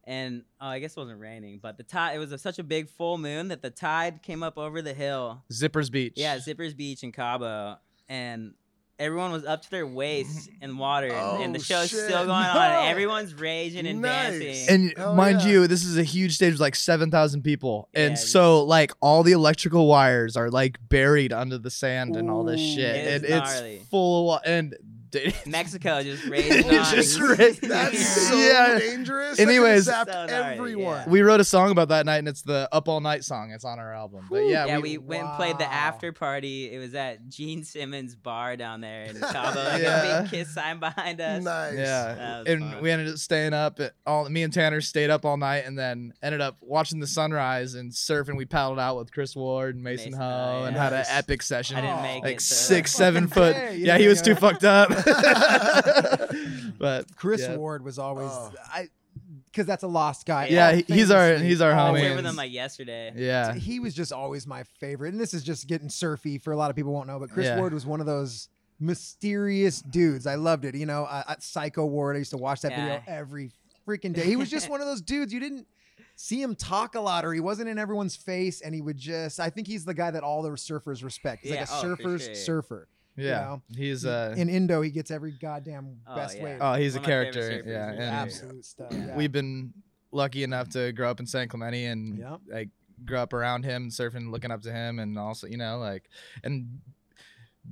and oh, I guess it wasn't raining, but the tide it was a, such a big full moon that the tide came up over the hill.
Zippers Beach.
Yeah, Zippers Beach in Cabo, and everyone was up to their waist in water, and, and the
Oh,
show's
shit.
still going on.
No.
and Everyone's raging and
Nice.
dancing.
And
Hell
mind
yeah.
you, this is a huge stage with like 7,000 people.
Yeah,
And
you-
so, like, all the electrical wires are like buried under the sand and all this shit.
It is
and it's
gnarly.
full of, and d-
Mexico just
It
raging on.
just ra-
that's so
Yeah.
dangerous That could've
Anyways.
zapped
So gnarly,
everyone
yeah.
we wrote a song about that night, and it's the Up All Night song. It's on our album. But yeah,
yeah,
we,
we, went and played the
Wow.
after party. It was at Gene Simmons bar down there in Cabo. Like a
Yeah.
big kiss sign behind us.
nice
Yeah,
That was
and
fun.
we ended up staying up. At all me and Tanner stayed up all night, and then ended up watching the sunrise and surfing. We paddled out with Chris Ward and Mason,
Mason,
Ho,
oh,
and
yeah.
had an
Nice.
epic session.
I didn't make
like
it. so-
six,
Fucking
seven foot.
day, you
Yeah, he
know,
was
you
too
know.
fucked up. but
Chris
yeah.
Ward was always
Oh.
I because that's a lost guy.
Yeah,
All
he- he's our-
famously,
he's our
I was
always.
there with him like yesterday.
Yeah.
he was just always my favorite. And this is just getting surfy for a lot of people won't know, but Chris
Yeah.
Ward was one of those mysterious dudes. I loved it. You know, I, I- Psycho Ward. I used to watch that
Yeah.
video every freaking day. He was just one of those dudes you didn't see him talk a lot or he wasn't in everyone's face and he would just I think he's the guy that all the surfers respect. He's
Yeah,
like a
oh, for
surfer's
sure.
surfer. you
Yeah,
know?
he's uh,
in Indo he gets every goddamn
Oh,
best
yeah.
wave.
oh, he's a
One of my favorite
character.
surfers.
Yeah,
He's
and
absolute stuff. Yeah.
we've been lucky enough to grow up in San Clemente and
Yep.
like grew up around him, surfing, looking up to him, and also you know like and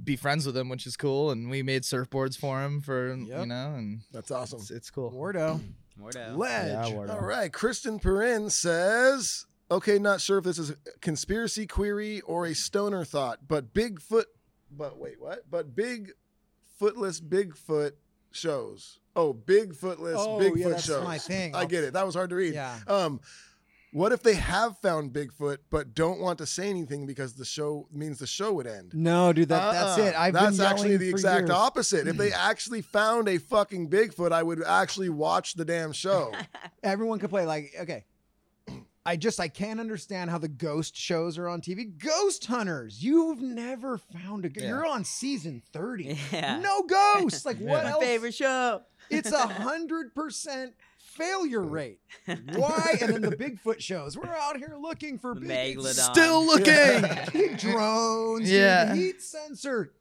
be friends with him, which is cool. And we made surfboards for him for
Yep.
you know, and
That's awesome.
it's, it's cool.
Wardo.
Mordo.
Ledge.
Yeah, Wardo.
All right. Kristen Perrin says, okay, not sure if this is a conspiracy query or a stoner thought, but Bigfoot, but wait, what? But Big Footless Bigfoot shows. Oh, Big Footless
Oh,
Bigfoot
yeah, that's
shows.
my thing.
I get it. That was hard to read.
Yeah.
Um, what if they have found Bigfoot but don't want to say anything because the show means the show would end?
No, dude, that, that's
Uh-uh.
it. I've
that's
been
actually
yelling
the
for
exact
years.
opposite. If they actually found a fucking Bigfoot, I would actually watch the damn show.
everyone could play like okay i just i can't understand how the ghost shows are on tv ghost hunters you've never found a g-
Yeah.
you're on season 30
Yeah.
no ghosts like what
My
else
Favorite show.
it's a hundred percent failure rate why and then the bigfoot shows we're out here looking for
The
big,
Megalodon.
Still looking.
big drones yeah
Yeah.
heat sensor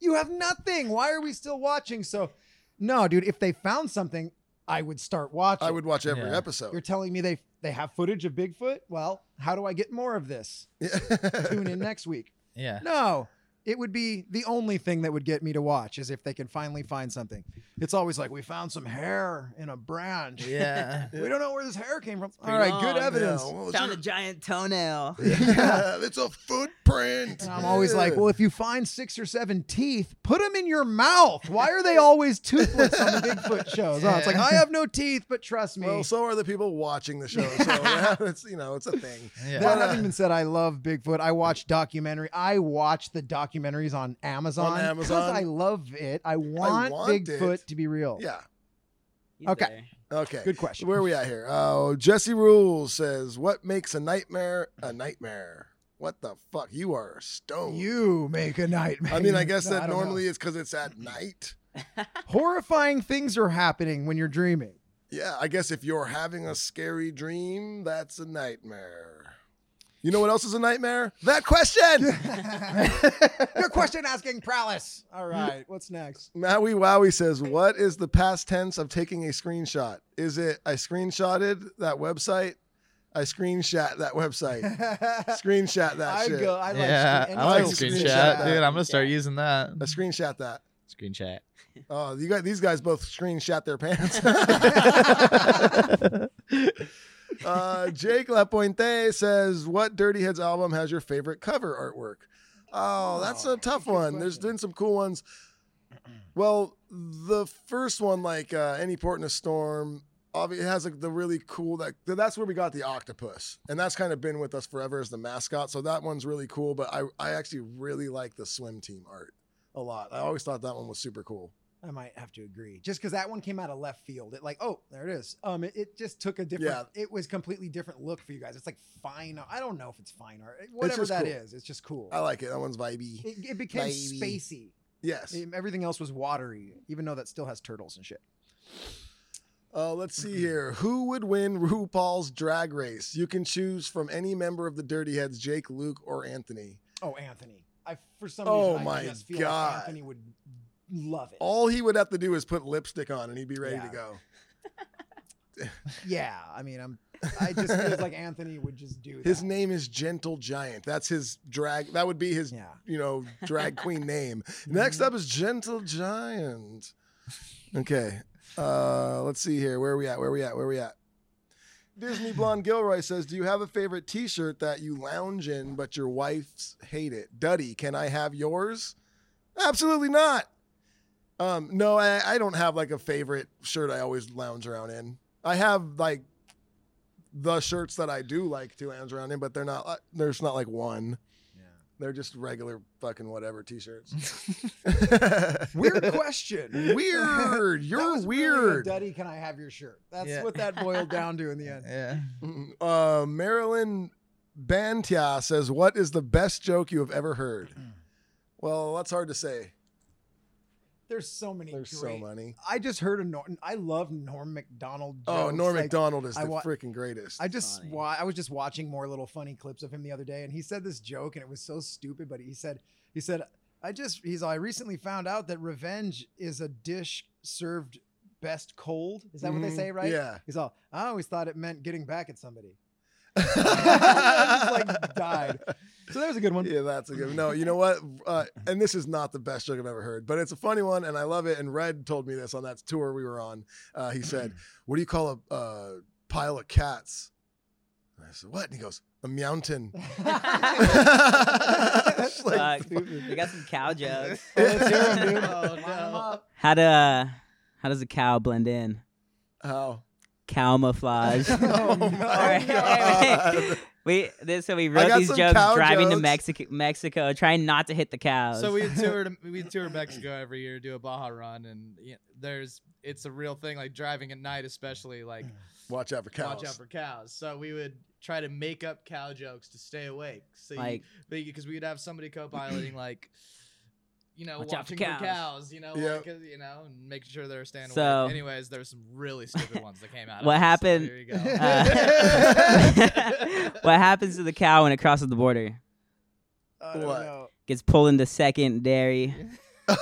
you have nothing why are we still watching so no dude if they found something i would start watching
I would watch every
Yeah.
episode.
you're telling me they they have footage of Bigfoot? Well, how do I get more of this? Tune in next week.
yeah.
No, it would be the only thing that would get me to watch is if they can finally find something. It's always like we found some hair in a branch.
Yeah.
We don't know where this hair came from.
pretty
All right,
long,
good
yeah.
evidence.
Yeah, what was
Found a
your-
giant toenail.
Yeah, it's a footprint.
And I'm always like, well, if you find six or seven teeth, put them in your mouth. Why are they always toothless on the Bigfoot shows? Oh, it's like I have no teeth, but trust me.
well, so are the people watching the show. So yeah, it's you know, it's a thing.
Yeah.
That having been said, I love Bigfoot. I watch documentary. I watch the documentaries on Amazon
On Amazon?
because I love it. I want,
want
Bigfoot
it.
to be real.
Yeah.
He's
Okay.
there.
Okay.
Good question.
Where are we at here? Oh, Jesse Rules says, "What makes a nightmare a nightmare? What the fuck? You are stoned."
You make a nightmare.
I mean, I guess
No,
that
don't
normally it's because it's at night.
know. horrifying things are happening when you're dreaming.
Yeah, I guess if you're having a scary dream, that's a nightmare. You know what else is a nightmare? That question.
Your question asking prowess. All right, what's next?
Maui Wowie says, "What is the past tense of taking a screenshot? Is it I screenshotted that website? I screenshot that website. screenshot that
I
shit.
go. I like.
yeah,
screen-
I
anything
like
else?
with
screenshot,
Screenshot.
dude. I'm gonna start
Screenshot.
using that.
I screenshot that.
Screenshot.
Oh, you guys, these guys both screenshot their pants." uh, Jake Lapointe says, "What Dirty Heads album has your favorite cover artwork?" Oh, that's a tough one. There's been some cool ones. Well, the first one, like uh, Any Port in a Storm, obvi- it has like the really cool that that's where we got the octopus, and that's kind of been with us forever as the mascot. So that one's really cool. But I I actually really like the swim team art a lot. I always thought that one was super cool.
I might have to agree. Just because that one came out of left field. It like, oh, there it is. Um, it, it just took a different. It was completely different look for you guys. It's like fine. I don't know if it's fine art. Whatever
just
that
cool.
is, it's just cool.
I like it. That one's vibey.
it, it became
Baby.
spacey.
Yes.
It- everything else was watery, even though that still has turtles and shit.
Uh, let's see here. Who would win RuPaul's Drag Race? You can choose from any member of the Dirty Heads: Jake, Luke, or Anthony.
Oh, Anthony. I for some
Oh
reason
my
I just feel
God.
like Anthony would love it.
All he would have to do is put lipstick on, and he'd be ready to
Yeah.
go.
yeah, I mean, I'm. I just feels like Anthony would just do
His
that.
name is Gentle Giant. That's his drag. That would be his,
Yeah.
you know, drag queen name. Next up is Gentle Giant. Okay. Uh, let's see here. Where are we at? Where are we at? Where are we at? Disney Blonde Gilroy says, Do you have a favorite t shirt that you lounge in, but your wife's hate it? Duddy, can I have yours? Absolutely not. Um, no, I, I don't have like a favorite shirt I always lounge around in. I have like uh, the shirts that I do like to lounge around in, but they're not. There's not like one. They're just regular fucking whatever t-shirts.
Weird question.
Weird.
That
You're
was really a
weird.
Daddy, can I have your shirt? That's
Yeah.
what that boiled down to in the end.
Yeah.
Uh, Marilyn Bantia says, "What is the best joke you have ever heard?" Well, that's hard to say.
There's so many.
There's so
great-
many.
I just heard a Norton. I love Norm McDonald.
Oh,
jokes.
Norm
Like,
Macdonald is
I
the
wa-
freaking greatest.
I just wa- I was just watching more little funny clips of him the other day, and he said this joke, and it was so stupid. But he said he said I just he's I recently found out that revenge is a dish served best cold. Is that what they
Mhm.
say, right?
Yeah.
He's all I always thought it meant getting back at somebody. I just like died. So that was a good one.
Yeah, that's a good. No, you know what? Uh, and this is not the best joke I've ever heard, but it's a funny one, and I love it. And Red told me this on that tour we were on. Uh, he said,
Mm.
"What do you call a uh, pile of cats?" And I said, "What?" And he goes, "A mountain." It's like,
Fuck. we got some cow jokes.
Oh, no.
How do, uh, how does a cow blend in?
How?
Camouflage.
Oh my God.
we this so we
I
wrote
got
these
some
jokes
cow
driving to
jokes.
Mexico, Mexico, trying not to hit the cows.
So we tour to, we tour Mexico every year, do a Baja run, and you know, there's it's a real thing. Like driving at night, especially like
Mm,
Watch out for cows.
watch out for cows. So we would try to make up cow jokes to stay awake. So
Like-
because we would have somebody co-piloting like. You know,
Watch out for
watching for cows.
cows.
You know,
Yep.
like, uh, you know, and making sure they're staying
So-
awake. Anyways, there's some really stupid ones that came out. of
what
it, so
happened?
here you go.
uh, what happens to the cow when it crosses the border?
I don't
What?
know.
Gets pulled into secondary.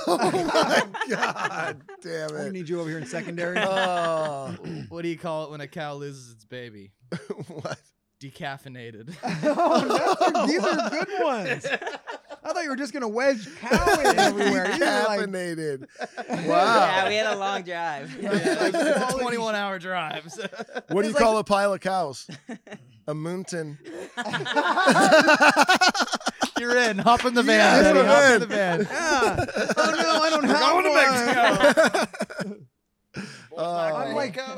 Oh my god, damn
Uh,
We
it!
need you over here in secondary.
Oh,
what do you call it when a cow loses its baby?
what?
Decaffeinated.
Oh, that's- these are good ones. I thought you were just gonna wedge cow in everywhere. You were like,
Caffeinated.
Yeah,
Wow.
we had a long drive.
Yeah, it's a 21 hour drive. so-
What do you call a pile of cows? A mountain.
You're in. Hop in the van.
Yeah,
buddy,
I'm
hop in
in.
the van.
yeah. Oh no, I don't
We're
have
going to
one.
Mexico.
Uh, Oh.
I'm like, uh,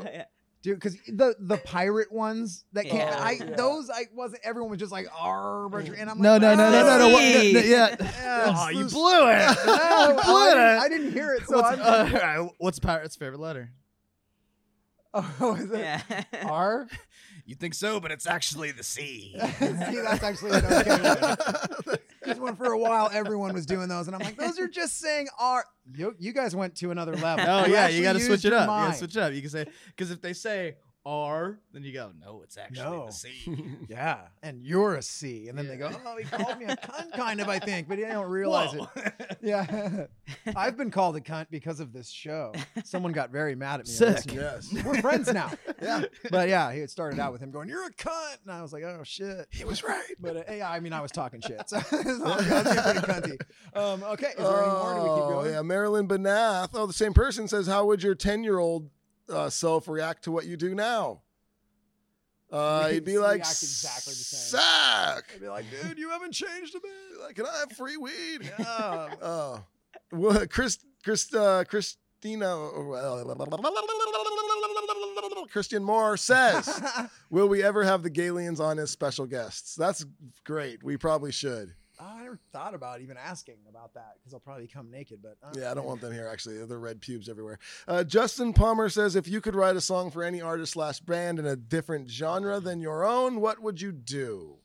dude, because the the pirate ones that can't,
Yeah.
I those I wasn't. Everyone was just like arbitrary, and I'm
No,
like,
no, no, no, no, no. What, no,
Let's
no
see.
yeah.
Yeah.
Oh, you blew it.
No, I,
What?
I didn't hear it, so
what's,
I'm.
uh, all right, what's Pirate's favorite letter? uh,
oh, is it
Yeah.
R?
You think so, but it's actually the C. Oh,
See, that's actually an okay one. Just one for a while. Everyone was doing those, and I'm like, those are just saying R. You, you guys went to another level.
Oh, yeah. You
actually
got to switch
used
it
your
up. You got
mind.
to switch it up. You can say, because if they say R, then you go, no, it's actually
No.
the C.
Yeah, and you're a C, and then they go,
Yeah.
"Oh, he called me a cunt," kind of, I think, but I don't realize
Whoa.
it. Yeah, I've been called a cunt because of this show. Someone got very mad at me. on
Sick.
listening.
Yes.
We're friends now.
Yeah.
But yeah, he had started out with him going, "You're a cunt," and I was like, "Oh shit."
He was right.
But uh, yeah, I mean, I was talking shit, so it's all good. I was being pretty cunty. Um, okay, is there any more? Do we keep
Oh,
going?
yeah. Marilyn Banath. Oh, the same person says, How would your 10 year old uh, self react to what you do now? Uh,
He'd
he'd be like,
react exactly the same.
Suck.
I'd be like, dude, you haven't changed a bit.
Like, Can I have free weed?
Yeah.
Oh, well, Chris, Chris, uh, Christina, Christian Moore says, "Will we ever have the Galians on as special guests?" That's great. We probably should.
Oh, I never thought about even asking about that because I'll probably come naked. But uh,
Yeah, I don't want them here. Actually, they're red pubes everywhere. Uh, Justin Palmer says, "If you could write a song for any artist slash brand in a different genre than your own, what would you do?"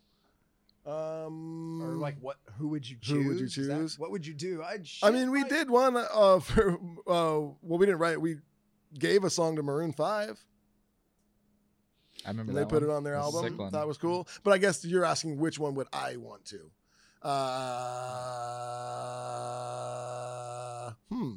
Um,
or like what who would you choose?
Who would you
Is that-
choose?
what would you do? I'd
I
shit
mean, we
my-
did one uh, for uh, well, we didn't write. We gave a song to Maroon Five.
I remember
And they put it on their album. That was cool. But I guess you're asking which one would I want to? Uh, hmm.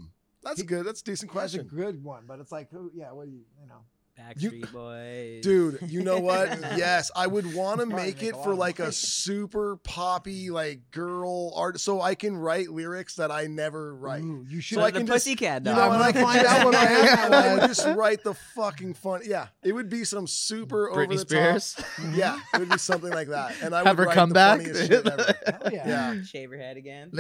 That's a good. That's a decent
That's a
question.
good one, but it's like who yeah, what do you you know?
Backstreet Boys.
Dude, you know what? yes, I would want to
Probably
make
make
it
a lot
for
of
like a
money.
super poppy, like girl art, so I can write lyrics that I never write.
Ooh, you should
So
I
the
can just-
pussycat
You
dog.
know,
I
and I
wanna
can
find
just,
out what I am.
I would just write the fucking fun. Yeah, it would be some super over
Britney
the
Spears.
top. Yeah, it would be something like that. And I
Have
would
her
write
come
the
back.
funniest shit ever.
Hell yeah.
Yeah.
Shave her head again.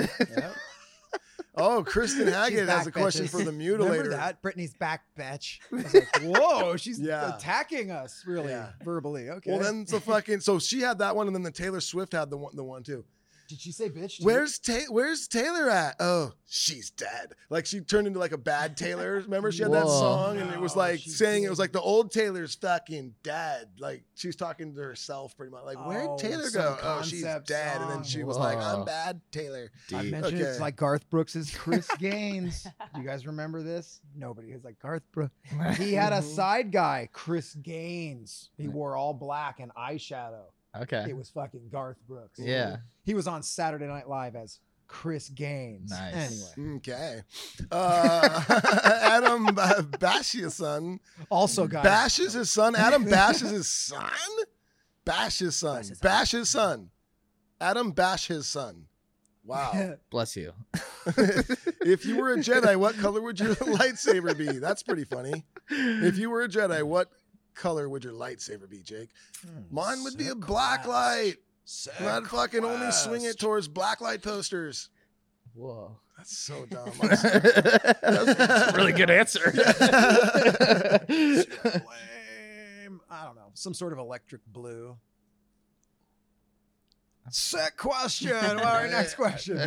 Oh, Kristen Haggett has a
back
question
bitches.
for the
Remember
mutilator.
that? Brittany's back bitch. I was like, Whoa, she's
Yeah.
attacking us really
Yeah.
verbally. Okay.
Well, then the fucking so she had that one, and then the Taylor Swift had the one, the one too.
Did she say bitch? too?
Where's Ta- Where's Taylor at? Oh, she's dead. Like she turned into like a bad Taylor. Remember she had that
Whoa.
song and it was
No,
like
she
saying it
did.
was like the old Taylor's fucking dead. Like she was talking to herself pretty much. Like where'd
Oh,
Taylor
some
go? Oh, she's
concept
dead. And then
song.
she was like, I'm
Whoa.
bad Taylor.
I
Deep.
mentioned it's
Okay.
like Garth Brooks's Chris Gaines. Do you guys remember this? Nobody. It's like Garth Brooks. He
Mm-hmm.
had a side guy, Chris Gaines. He wore all black and eyeshadow.
Okay.
It was fucking Garth Brooks.
Yeah.
He was on Saturday Night Live as Chris Gaines.
Nice.
Anyway.
Okay. Uh, Adam ba- Bash's son
Also,
Mm.
guys.
bashes his son. Adam bashes his son. Bash his son. Bash his son. Adam bash his son. Wow.
Bless you.
if you were a Jedi, what color would your lightsaber be? That's pretty funny. If you were a Jedi, what color would your lightsaber be, Jake? Mine would be a black light. I'd fucking only swing it towards black light posters.
Whoa.
That's so dumb. I'm sorry.
That's a really good answer.
Flame. I don't know. Some sort of electric blue. Set question. All right, next question.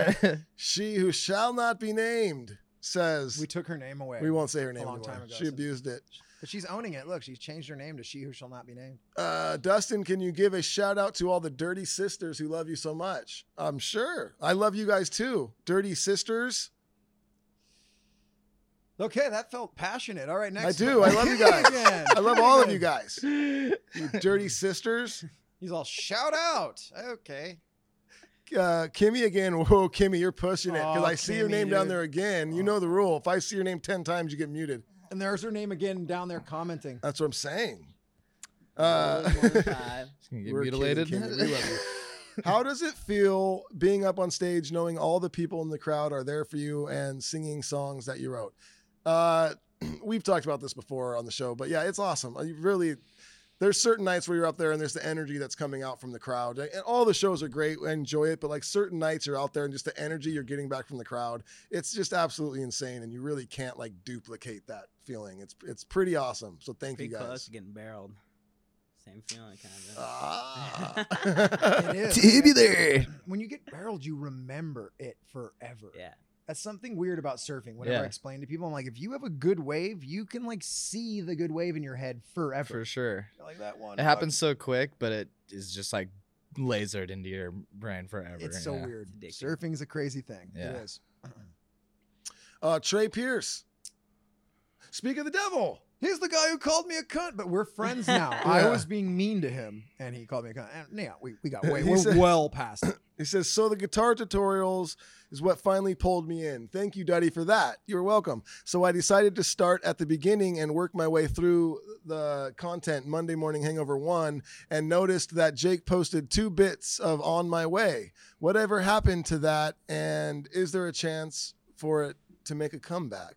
she who shall not be named says
We
we,
took her name away.
won't say her name
A long
anymore.
time ago,
she
so-
abused it.
But she's owning it. Look, she's changed her name to She Who Shall Not Be Named.
Uh, Dustin, can you give a shout out to all the dirty sisters who love you so much? I'm sure. I love you guys too. Dirty sisters.
Okay, that felt passionate. All right, next.
I do. I love you guys.
Again.
I love all of you
Again.
guys. You dirty sisters.
He's all shout out. Okay.
Uh, Kimmy again. Whoa, Kimmy, you're pushing it because
Aw,
I see your
Kimmy,
name down
dude.
there again. You know the rule. If I see your name 10 times, you get muted.
And there's her name again down there commenting.
That's what I'm saying. Uh,
Get
we're kidding,
mutilated.
Kimmy. We love you. How does it feel being up on stage, knowing all the people in the crowd are there for you and singing songs that you wrote? Uh, we've talked about this before on the show, but yeah, it's awesome. You really, there's certain nights where you're up there and there's the energy that's coming out from the crowd. And all the shows are great, I enjoy it, but like certain nights you're out there and just the energy you're getting back from the crowd, it's just absolutely insane, and you really can't like duplicate that feeling. It's it's pretty awesome. So thank
Pretty
you guys.
close to getting barreled. Same feeling, kind of.
Ah.
It is.
Timmy there.
When you get barreled, you remember it forever.
yeah.
That's something weird about surfing. Whenever I
Yeah.
explain to people, I'm like, if you have a good wave, you can like see the good wave in your head forever.
For sure.
Like that one.
It happens so quick, but it is just like lasered into your brain forever.
It's so
yeah.
weird.
It's addictive.
Surfing's a crazy thing.
Yeah.
It is.
Uh, Trey Pierce. Speak of the devil.
He's the guy who called me a cunt, but we're friends now. I
Yeah.
was being mean to him, and he called me a cunt. And yeah, we, we got way
He
we're
said-
well past it.
He says, So the guitar tutorials is what finally pulled me in. Thank you, Duddy, for that. You're welcome. So I decided to start at the beginning and work my way through the content Monday Morning Hangover 1 and noticed that Jake posted two bits of On My Way. Whatever happened to that? And is there a chance for it to make a comeback?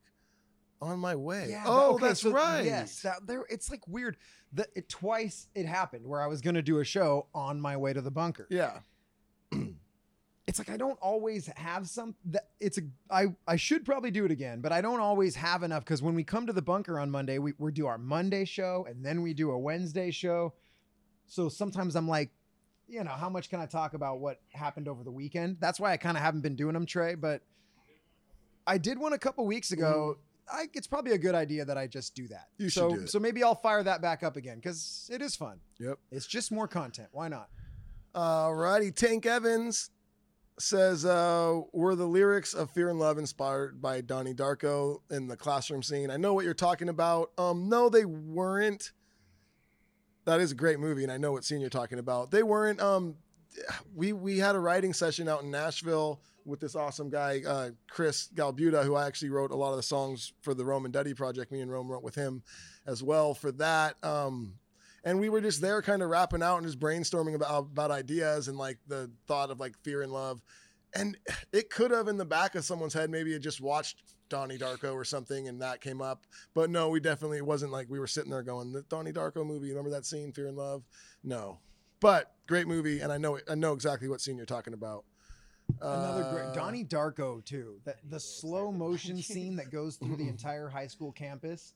On My Way.
Yeah,
oh,
okay,
that's
so
right.
Yes, that, there. It's like weird. That it, twice it happened where I was going to do a show on my way to the bunker.
Yeah.
It's like I don't always have some. That it's a. I I should probably do it again, but I don't always have enough because when we come to the bunker on Monday, we we do our Monday show and then we do a Wednesday show. So sometimes I'm like, you know, how much can I talk about what happened over the weekend? That's why I kind of haven't been doing them, Trey. But I did one a couple weeks ago. I, it's probably a good idea that I just do that.
You should
so,
do it.
So maybe I'll fire that back up again because it is fun.
Yep.
It's just more content. Why not?
Alrighty, Tank Evans says, uh, "Were the lyrics of Fear and Love inspired by Donnie Darko in the classroom scene?" I know what you're talking about. Um, no, they weren't. That is a great movie, and I know what scene you're talking about. They weren't. Um, we we had a writing session out in Nashville with this awesome guy, uh, Chris Galbuta, who I actually wrote a lot of the songs for the Rome and Duddy project. Me and Rome wrote with him as well for that. Um, and we were just there kind of rapping out and just brainstorming about about ideas and like the thought of like fear and love and it could have in the back of someone's head maybe had just watched donnie darko or something and that came up but no we definitely it wasn't like we were sitting there going the donnie darko movie remember that scene fear and love no but great movie and i know i know exactly what scene you're talking about
Another
Uh,
great Donnie Darko too. That the slow motion scene that goes through the entire high school campus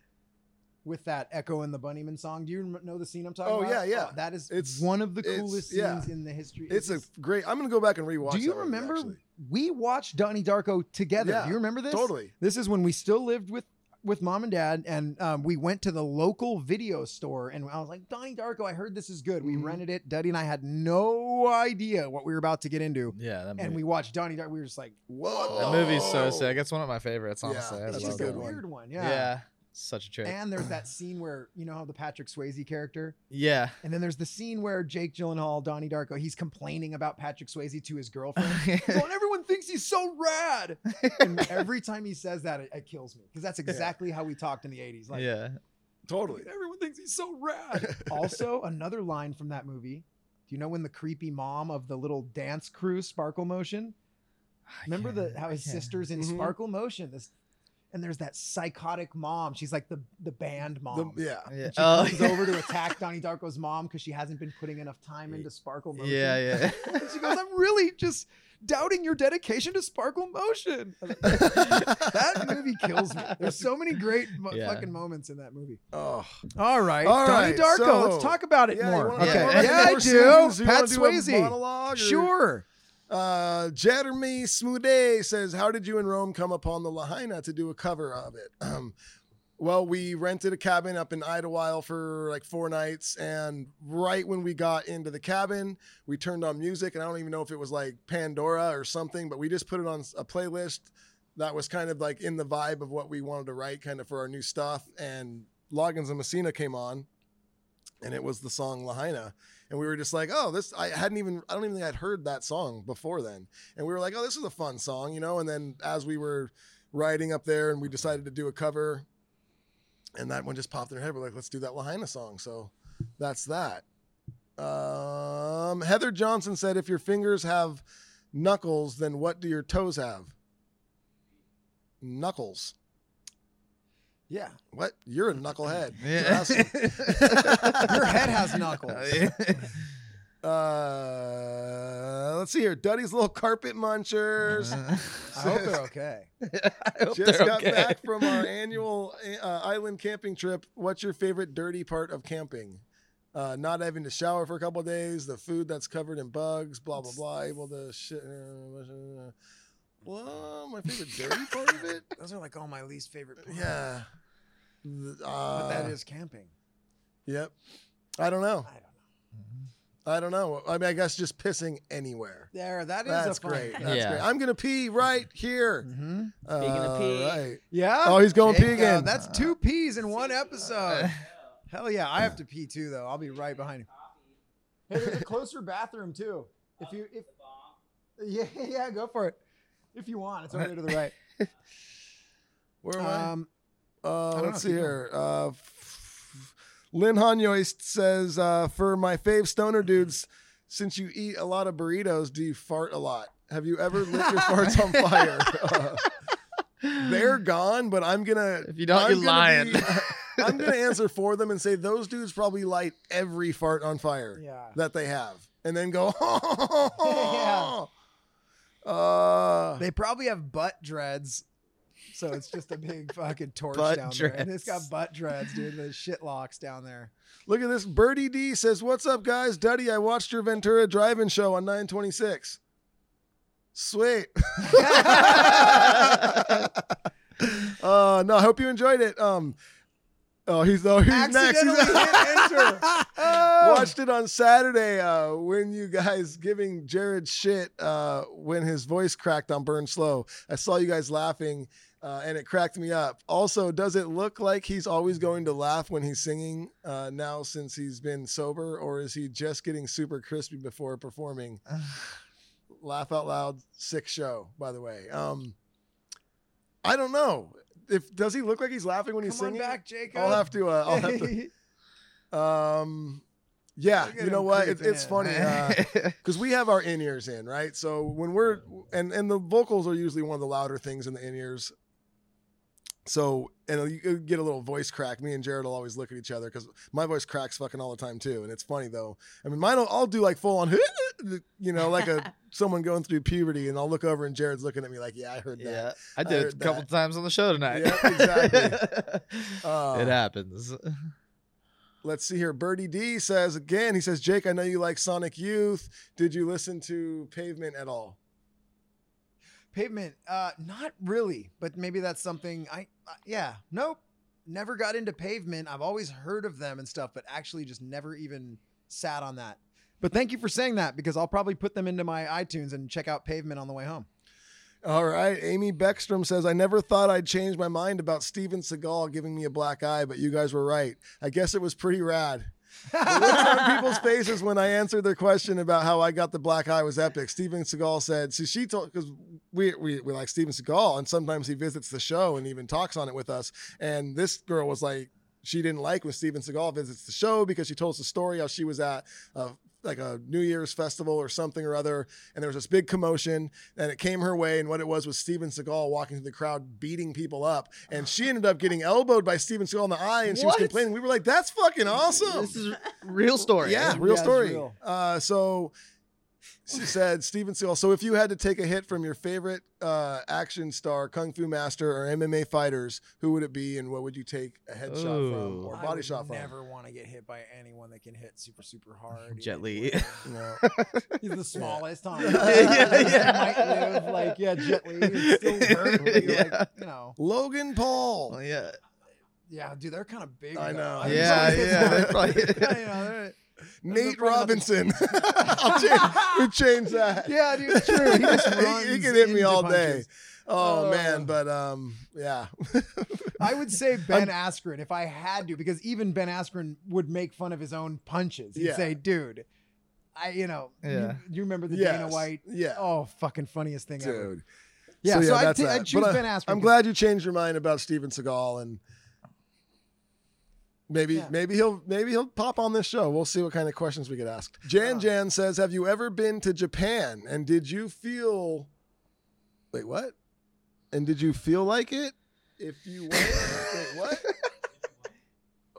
with that Echo and the Bunnymen song. Do you rem- know the scene I'm talking
Oh
about?
yeah, yeah.
that is
it's
one of the
it's-
coolest
yeah.
scenes in the history.
It's a great. I'm gonna go back and rewatch.
Do you
that movie,
remember
actually.
we watched Donnie Darko together?
Yeah,
Do you remember this?
totally.
This is when we still lived with with mom and dad, and um, we went to the local video store, and I was like, Donnie Darko, I heard this is good.
Mm-hmm.
We rented it. Duddy and I had no idea what we were about to get into.
Yeah, that
and
Mm-hmm.
movie-
we Oh. watched Donnie Darko. We were just like,
Whoa,
That movie's so sick. It's one of my favorites,
Yeah,
honestly. I
that's
love
a
that
good
weird
one.
one,
Yeah.
yeah.
Such a trip.
And there's that scene where you know how the Patrick Swayze character.
yeah.
And then there's the scene where Jake Gyllenhaal, Donnie Darko, he's complaining about Patrick Swayze to his girlfriend. He's going, everyone thinks he's so rad. And every time he says that, it, it kills me because that's exactly how we talked in the 80s. Like,
yeah.
Totally.
everyone thinks he's so rad. also, another line from that movie do you know when the creepy mom of the little dance crew, Sparkle Motion? Remember the how his sister's in
Mhm.
Sparkle Motion? This and there's that psychotic mom. She's like the the band mom.
The- yeah.
Yeah.
And she
Oh,
comes
yeah.
over to attack Donnie Darko's mom because she hasn't been putting enough time into Sparkle Motion.
Yeah,
And she goes, "I'm really just doubting your dedication to Sparkle Motion." I was like, that movie kills me. There's so many great mo-
Yeah.
fucking moments in that movie.
Oh,
All right,
All
Donnie
right,
Darko.
so-
let's talk about it
Yeah, you
more.
wanna-
okay.
yeah,
Yeah, I
more
do.
seasons? You
Pat
wanna do a
Swayze.
monologue or-
Sure.
Uh, Jeremy Smude says, "How did you and Rome come upon the Lahaina to do a cover of it?" Um, well, we rented a cabin up in Idlewild for like four nights, and right when we got into the cabin, we turned on music, and I don't even know if it was like Pandora or something, but we just put it on a playlist that was kind of like in the vibe of what we wanted to write, kind of for our new stuff. And Loggins and Messina came on, and it was the song Lahaina. And we were just like, oh, this, I hadn't even, I don't even think I'd heard that song before then. And we were like, oh, this is a fun song, you know? And then as we were riding up there and we decided to do a cover, and that one just popped in our head. We're like, let's do that Lahaina song. So that's that. Um, Heather Johnson said, if your fingers have knuckles, then what do your toes have? Knuckles.
Yeah.
What? You're a knucklehead.
Yeah.
Your head has knuckles.
Uh, let's see here. Duddy's little carpet munchers.
I hope they're okay.
Just got back from our annual uh, island camping trip. What's your favorite dirty part of camping? Uh, not having to shower for a couple of days, the food that's covered in bugs, blah blah blah. Able to shit. Well, my favorite dirty part of it,
Those are like all my least favorite. parts.
yeah. Th-
But that
uh,
is camping.
Yep. I don't know.
I don't know.
I don't know. I mean, I guess just pissing anywhere.
There, that is
That's
a fun
great. That's
Yeah.
great. I'm gonna pee right here.
Mm-hmm.
Speaking
of pee.
Yeah.
Oh, he's going
There
pee
you go.
again.
That's two peas in one episode. Hell yeah, I have to pee too though. I'll be right behind you. Hey, there's a closer bathroom too. If you if yeah yeah go for it. If you want, it's over there to the right.
Where am I?
Um,
Uh,
don't
let's see
know, keep
here. Uh, f- Lynn Hanyoist says, uh, for my fave stoner dudes, since you eat a lot of burritos, do you fart a lot? Have you ever lit your farts on fire? Uh, they're gone, but I'm gonna.
If you don't,
I'm
you're
gonna
lying.
be- I'm gonna answer for them and say those dudes probably light every fart on fire
Yeah.
that they have, and then go. "Oh." Uh,
they probably have butt dreads, so it's just a big fucking torch
Butt
down there. And it's got
dreads.
butt dreads, dude. The shit locks down there.
Look at this. Birdie D says, What's up, guys? Duddy, I watched your Ventura drive in show on 926. Sweet. uh, no, I hope you enjoyed it. Um, oh, he's, oh, he's next. Oh.
Accidentally
He's-
hit enter.
Watched it on Saturday uh, when you guys giving Jared shit uh, when his voice cracked on Burn Slow. I saw you guys laughing uh, and it cracked me up. Also, does it look like he's always going to laugh when he's singing uh, now since he's been sober, or is he just getting super crispy before performing? laugh out loud, sick show, by the way. Um, I don't know. If does he look like he's laughing when he's
Come on
singing?
back, Jacob.
I'll have to. Uh, I'll have to. Um, yeah,
Look at
you know
him
what? It,
creeping
it's
in.
funny uh, because we have our in ears in, right? So when we're and and the vocals are usually one of the louder things in the in ears. So and you- you get a little voice crack. Me and Jared will always look at each other because my voice cracks fucking all the time too, and it's funny though. I mean, mine will, I'll do like full on the- you know, like a someone going through puberty, and I'll look over and Jared's looking at me like, "Yeah, I heard that."
Yeah, I did it a
heard
couple
that.
times on the show tonight.
Yep, exactly. Uh,
it happens.
Let's see here. Birdie D says again. He says, "Jake, I know you like Sonic Youth. Did you listen to Pavement at all?"
Pavement, uh, not really, but maybe that's something I, uh, yeah, nope. Never got into pavement. I've always heard of them and stuff, but actually just never even sat on that. But thank you for saying that because I'll probably put them into my iTunes and check out pavement on the way home.
All right. Amy Beckstrom says, I never thought I'd change my mind about Steven Seagal giving me a black eye, but you guys were right. I guess it was pretty rad. the look on people's faces when I answered their question about how I got the black eye was epic. Steven Seagal said, so she told, because we, we, we like Steven Seagal, and sometimes he visits the show and even talks on it with us. And this girl was like, she didn't like when Steven Seagal visits the show because she told us the story how she was at a like a New Year's festival or something or other, and there was this big commotion, and it came her way. And what it was was Steven Seagal walking through the crowd, beating people up, and she ended up getting elbowed by Steven Seagal in the eye, and she was
What?
complaining. We were like, "That's fucking awesome."
This is real story. eh?
Yeah,
Yeah,
real
it's
story.
real.
Uh, so she said, Steven Seagal. So if you had to take a hit from your favorite uh, action star, kung fu master, or MMA fighters, who would it be, and what would you take a headshot from
Ooh.
or
I
body
would
shot from?
Never want to get hit by anyone that can hit super, super hard.
Jet
even
Li.
when
No.
He's the smallest, Tom.
yeah,
He
yeah.
might live like, yeah, Jet Li. would still hurt, but you're
Yeah.
like, you know.
Logan Paul.
Well, Oh, yeah.
Yeah, dude, they're kind of big.
I
though.
know.
I mean,
Yeah,
somebody's
yeah,
gonna-
they're probably-
Yeah, you know, they're-
Nate Robinson. I'll change, we changed that.
yeah, dude, it's true. He just runs
He, can hit me
into
all day.
punches.
Oh,
Oh.
man, but um, yeah.
I would say Ben Askren if I had to, because even Ben Askren would make fun of his own punches. He'd
Yeah.
say, "Dude, I, you know, you-
Yeah.
you, remember the Dana
Yes.
White?
Yeah.
Oh, fucking funniest thing ever.
dude.
Yeah, so, I'd,
that's
t-
that.
I'd choose
But I-
Ben Askren.
I'm glad you changed your mind about Steven Seagal and maybe
Yeah.
maybe he'll maybe he'll pop on this show. We'll see what kind of questions we get asked. Jan
Uh.
Jan says, "Have you ever been to Japan and did you feel Wait, what? And did you feel like it? If you went, wait, what?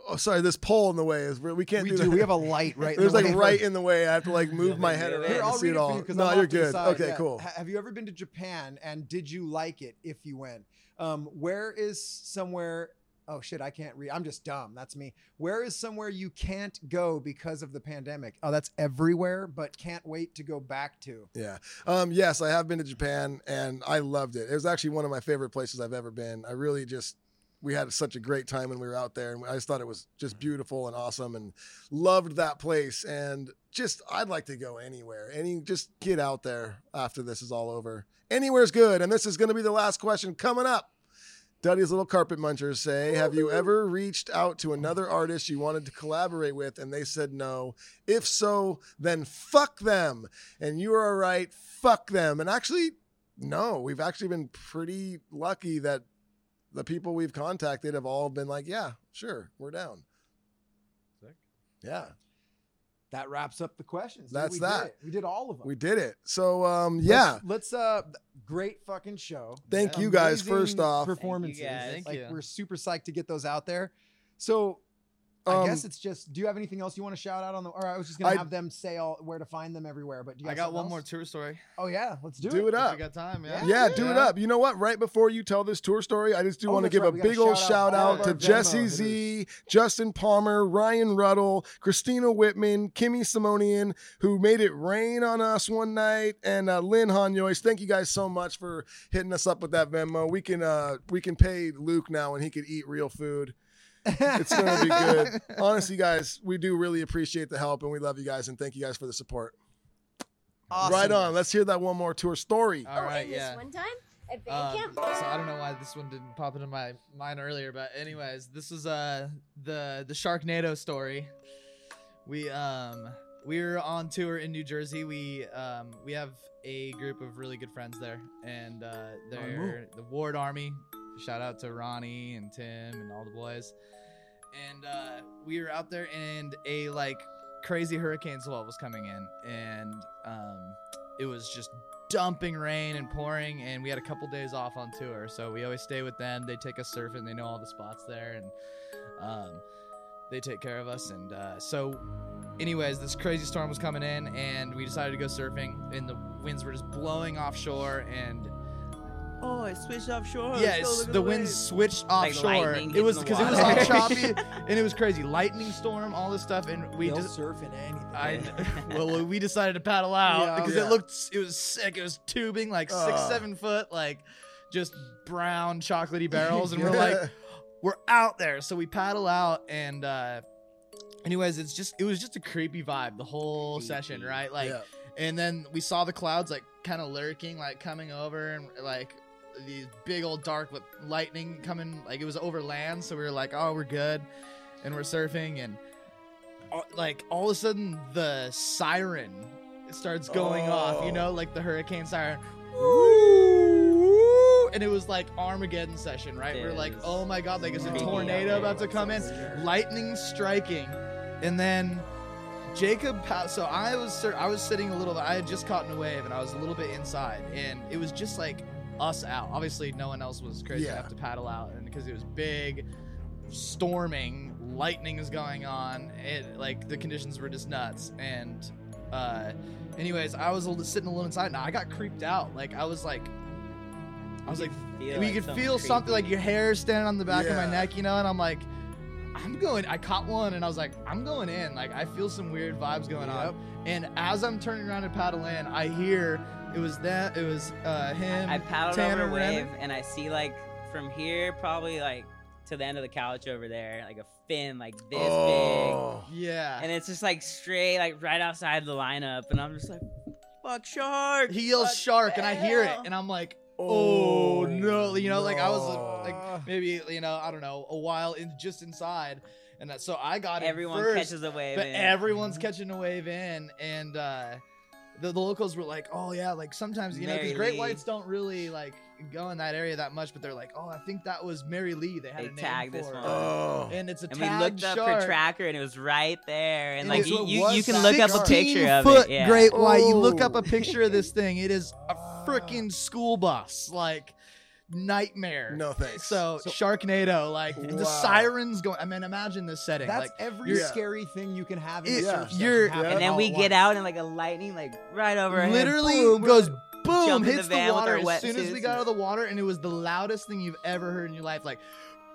Oh, sorry. This pole in the way is we can't
we
do,
do.
that.
We have a light right. in
There's
the
like
way.
right in the way. I have to like move my head around
Here,
to
I'll
see
read
it
it for
all.
you 'cause I'm
no,
off
you're
to the
good.
side,
Okay,
yeah.
cool.
Ha- Have you ever been to Japan and did you like it if you went? Um, where is somewhere? Oh shit, I can't read. I'm just dumb. That's me. Where is somewhere you can't go because of the pandemic? Oh, that's everywhere, but can't wait to go back to.
Yeah. Um, yes, I have been to Japan and I loved it. It was actually one of my favorite places I've ever been. I really just, we had such a great time when we were out there and I just thought it was just beautiful and awesome and loved that place. And just, I'd like to go anywhere. Any, just get out there after this is all over. Anywhere's good. And this is going to be the last question coming up. Duddy's Little Carpet Munchers say, Have you ever reached out to another artist you wanted to collaborate with and they said no? If so, then fuck them and you are right. Fuck them. And actually, no, we've actually been pretty lucky that the people we've contacted have all been like, yeah, sure, we're down. Yeah,
That wraps up the questions. dude.
That's
we
that.
Did it. we did all of them.
we did it. So, um,
Let's-
yeah,
Let's, uh, great fucking show.
thank
Yeah.
you guys.
Amazing
First off,
performances.
guys.
Thank
like
you.
we're super psyched to get those out there. So I
Um,
guess it's just. Do you have anything else you want to shout out on the? Or I was just gonna
I-
have them say all where to find them everywhere. But do you
I
have
got
something
one more
else?
tour story.
Oh yeah, let's do,
do it
If
up.
we got time, yeah.
Yeah, do it up. You know what? Right before you tell this tour story, I just do
Oh,
want to
that's
give
right.
a
We gotta
big old
shout out
shout
all
out
of
to
our
Jesse
Venmos.
Z, Justin Palmer, Ryan Ruddle, Christina Whitman, Kimmy Simonian, who made it rain on us one night, and uh, Lynn Hanyois. Thank you guys so much for hitting us up with that Venmo. We can uh, we can pay Luke now, and he could eat real food. It's gonna be good. Honestly, guys, we do really appreciate the help, and we love you guys, and thank you guys for the support.
Awesome.
Right on. Let's hear that one more tour story.
All right,
Oh, and
yeah.
this one time at band
Um,
camp.
so I don't know why this one didn't pop into my mind earlier, but anyways, this is uh the the Sharknado story. We um we were on tour in New Jersey. We um we have a group of really good friends there, and uh, they're the Ward Army. Shout out to Ronnie and Tim and all the boys. And uh, we were out there, and a like crazy hurricane swell was coming in, and um it was just dumping rain and pouring and we had a couple days off on tour so we always stay with them they take us surfing they know all the spots there and um, They take care of us. And uh, so, anyways, this crazy storm was coming in, and we decided to go surfing, and the winds were just blowing offshore, and
Oh, it switched offshore.
Yes, the winds switched offshore.
lightning
it was because
hitting the
it was
water.
all choppy and it was crazy. Lightning storm, all this stuff, and we
They'll
just
surf in anything.
I well, we decided to paddle out
Yeah.
because
Yeah.
it looked it was sick. It was tubing like six,
Ugh.
seven foot, like just brown chocolatey barrels, and we're like, we're out there. So we paddle out and. uh Anyways, it's just it was just a creepy vibe the whole session, right? Like,
Yeah.
and then we saw the clouds like kind of lurking, like coming over, and like these big old dark with lightning coming. Like it was over land, so we were like, oh, we're good, and we're surfing, and all, like all of a sudden the siren starts going off. You know, like the hurricane siren. Woo! And it was like Armageddon session, right? We're like, oh my god, like is a
Creepy out
tornado
there.
about to come in, lightning striking, and then Jacob. pa- So I was sur- I was sitting a little. I had just caught in a wave, and I was a little bit inside, and it was just like us out. Obviously, no one else was crazy
Yeah.
enough to paddle out, and because it was big, storming, lightning is going on. It like the conditions were just nuts. And uh, anyways, I was a little- sitting a little inside, and I got creeped out. Like I was like, I was like,
feel,
we
like,
could
something
feel something like your hair standing on the back of my
Yeah.
neck, you know. And I'm like, I'm going. I caught one, and I was like, I'm going in. Like I feel some weird vibes going on. And as I'm turning around to paddle in, I hear it was that it was uh, him.
I paddled
Tanner,
over a
Brandon.
wave, and I see like from here probably like to the end of the couch over there, like a fin like this
Oh.
Yeah.
big, and it's just like straight like right outside the lineup, and I'm just like, fuck shark.
he yells
fuck
shark and I hear it
whale."
and I'm like, oh,
Oh,
no, you know, like I was
no.
like maybe you know I don't know a while in just inside, and that, so I got
Everyone
it first,
catches a wave.
but
in.
everyone's catching a wave in and. uh the, the locals were like, oh yeah, like sometimes you know, 'cause
Mary
great
Lee.
whites don't really like go in that area that much, but they're like, oh, I think that was Mary Lee. They had
They
a name
tagged this
for
one.
it.
Oh.
and it's a
and we
tagged
looked up
shark.
her tracker, and it was right there, and
It
like
was-
you,
it
you,
was
you can look up a
16
picture of
foot
it. Yeah.
great
Why
white.
you look up a picture of this thing? It is a freaking school bus, like nightmare.
No thanks.
So, Sharknado, like
Wow.
the sirens going. I mean, imagine this setting.
That's
like
every
you're-
scary thing you can have in
It-
a surf session
you're-
happening
And then
all
we
at
get
once.
out, and like a lightning, like right over her.
literally
head, boom,
goes boom,
Jumped in
hits the,
the van with
water
our
as
wetsuits
soon as we
and-
got out of the water, and it was the loudest thing you've ever heard in your life. Like.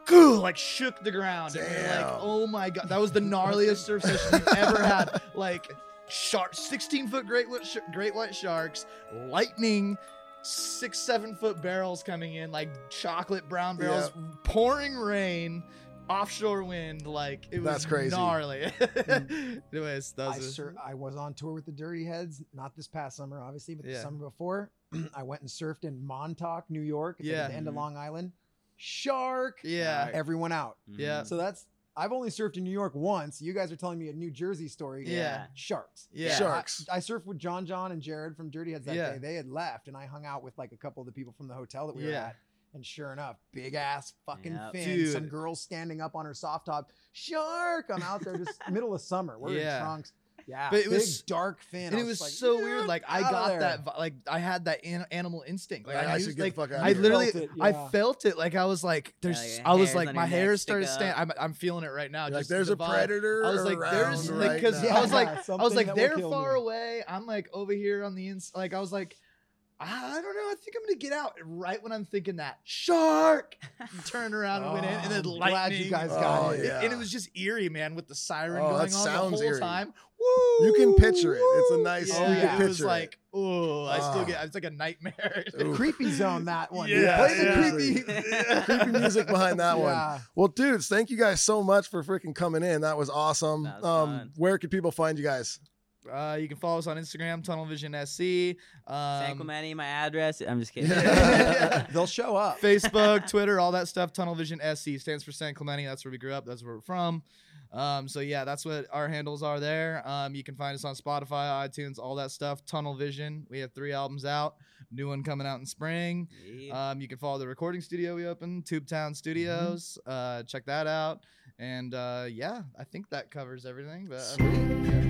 Goo, like shook the ground. And we were like,
Damn.
oh my god, that was the gnarliest surf session we've ever had. Like, shark, sixteen foot great white sh- great white sharks, lightning, six seven foot barrels coming in, like chocolate brown barrels, pouring rain, offshore wind. Like it was
That's crazy. Mm.
gnarly. Anyways, that
I,
was a-
sur- I was on tour with the Dirty Heads, not this past summer, obviously, but the
Yeah.
summer before. I went and surfed in Montauk, New York, at the-
Yeah. Mm-hmm.
the end of Long Island. Shark,
yeah,
everyone out.
yeah,
So that's I've only surfed in New York once. You guys are telling me a New Jersey story.
Yeah.
Sharks.
yeah.
Shark.
I-
Sharks.
I, surfed with John John and Jared from Dirty Heads that
Yeah.
day. They had left and I hung out with like a couple of the people from the hotel that we were
Yeah.
at. And sure enough, big ass fucking
Yep.
fin, some
Dude.
girl standing up on her soft top. Shark! I'm out there just middle of summer. We're
Yeah.
in trunks. Yeah.
But it
big
was-
dark fin.
And
I
it was
like,
so
"Get
weird. Like I
out of
got
there."
that. vi- Like I had that an- animal instinct. Like
Like, I
I, knew,
should get
like,
the fuck outta
I
here.
literally,
Felt it, yeah.
I felt it. Like I was like, there's.
like, your
I was
hairs
like,
on
my
your neck
hair
stick
started
up.
standing. I'm, I'm feeling it right now.
like
just
there's
the
a
vibe.
predator.
I was like, there's
around
like,
right
because
now.
I was like, I was
something that
like,
will
they're
kill
far
me.
away. I'm like over here on the ins. Like I was like, I don't know. I think I'm gonna get out. And Right when I'm thinking that shark, turn around and went in, and then
Oh, I'm
lightning.
Glad you guys
Oh,
got it.
And-
yeah.
And it was just eerie, man, with the siren
Oh, that
going on the
sounds
whole
eerie.
time. Woo!
You can picture it. It's a nice.
Yeah,
You can
it was
picture
like, oh, I
Ah.
still get. It's like a nightmare.
it. Ooh.
Creepy zone that one.
Yeah,
Play the creepy
yeah.
creepy music behind that one.
Yeah.
Well, dudes, thank you guys so much for freaking coming in. That was awesome.
That was
um,
fun.
where can people find you guys?
uh, you can follow us on Instagram, Tunnel Vision SC,
San
um,
Clemente, my address. I'm just kidding.
Yeah.
They'll show up.
Facebook, Twitter, all that stuff. Tunnel Vision SC stands for San Clemente. That's where we grew up. That's where we're from. Um, so yeah, that's what our handles are there. Um, you can find us on Spotify, iTunes, all that stuff. Tunnel Vision. We have three albums out. New one coming out in spring.
Yeah.
Um, you can follow the recording studio we opened, Tubetown Studios. Uh, check that out. And uh, yeah, I think that covers everything. But I mean, yeah.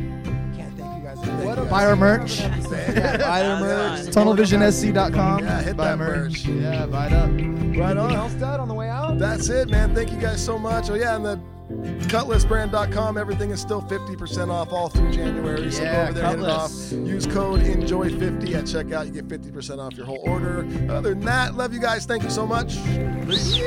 Can't thank you guys.
What a-
Buy our merch.
Yeah, buy their
That was
merch.
fun.
support them.
TunnelVisionSC.com.
Yeah, hit
buy
that merch.
Yeah, buy it up.
Right
Anything
on.
else, Dud, on the way out?
That's it, man. Thank you guys so much. Oh yeah, and the CutlassBrand.com. Everything is still 50% off all through January. So go
Yeah,
over there, hit it off.
Cutlass.
Use code ENJOY50 at checkout. You get 50% off your whole order. Other than that, love you guys. Thank you so much. Peace.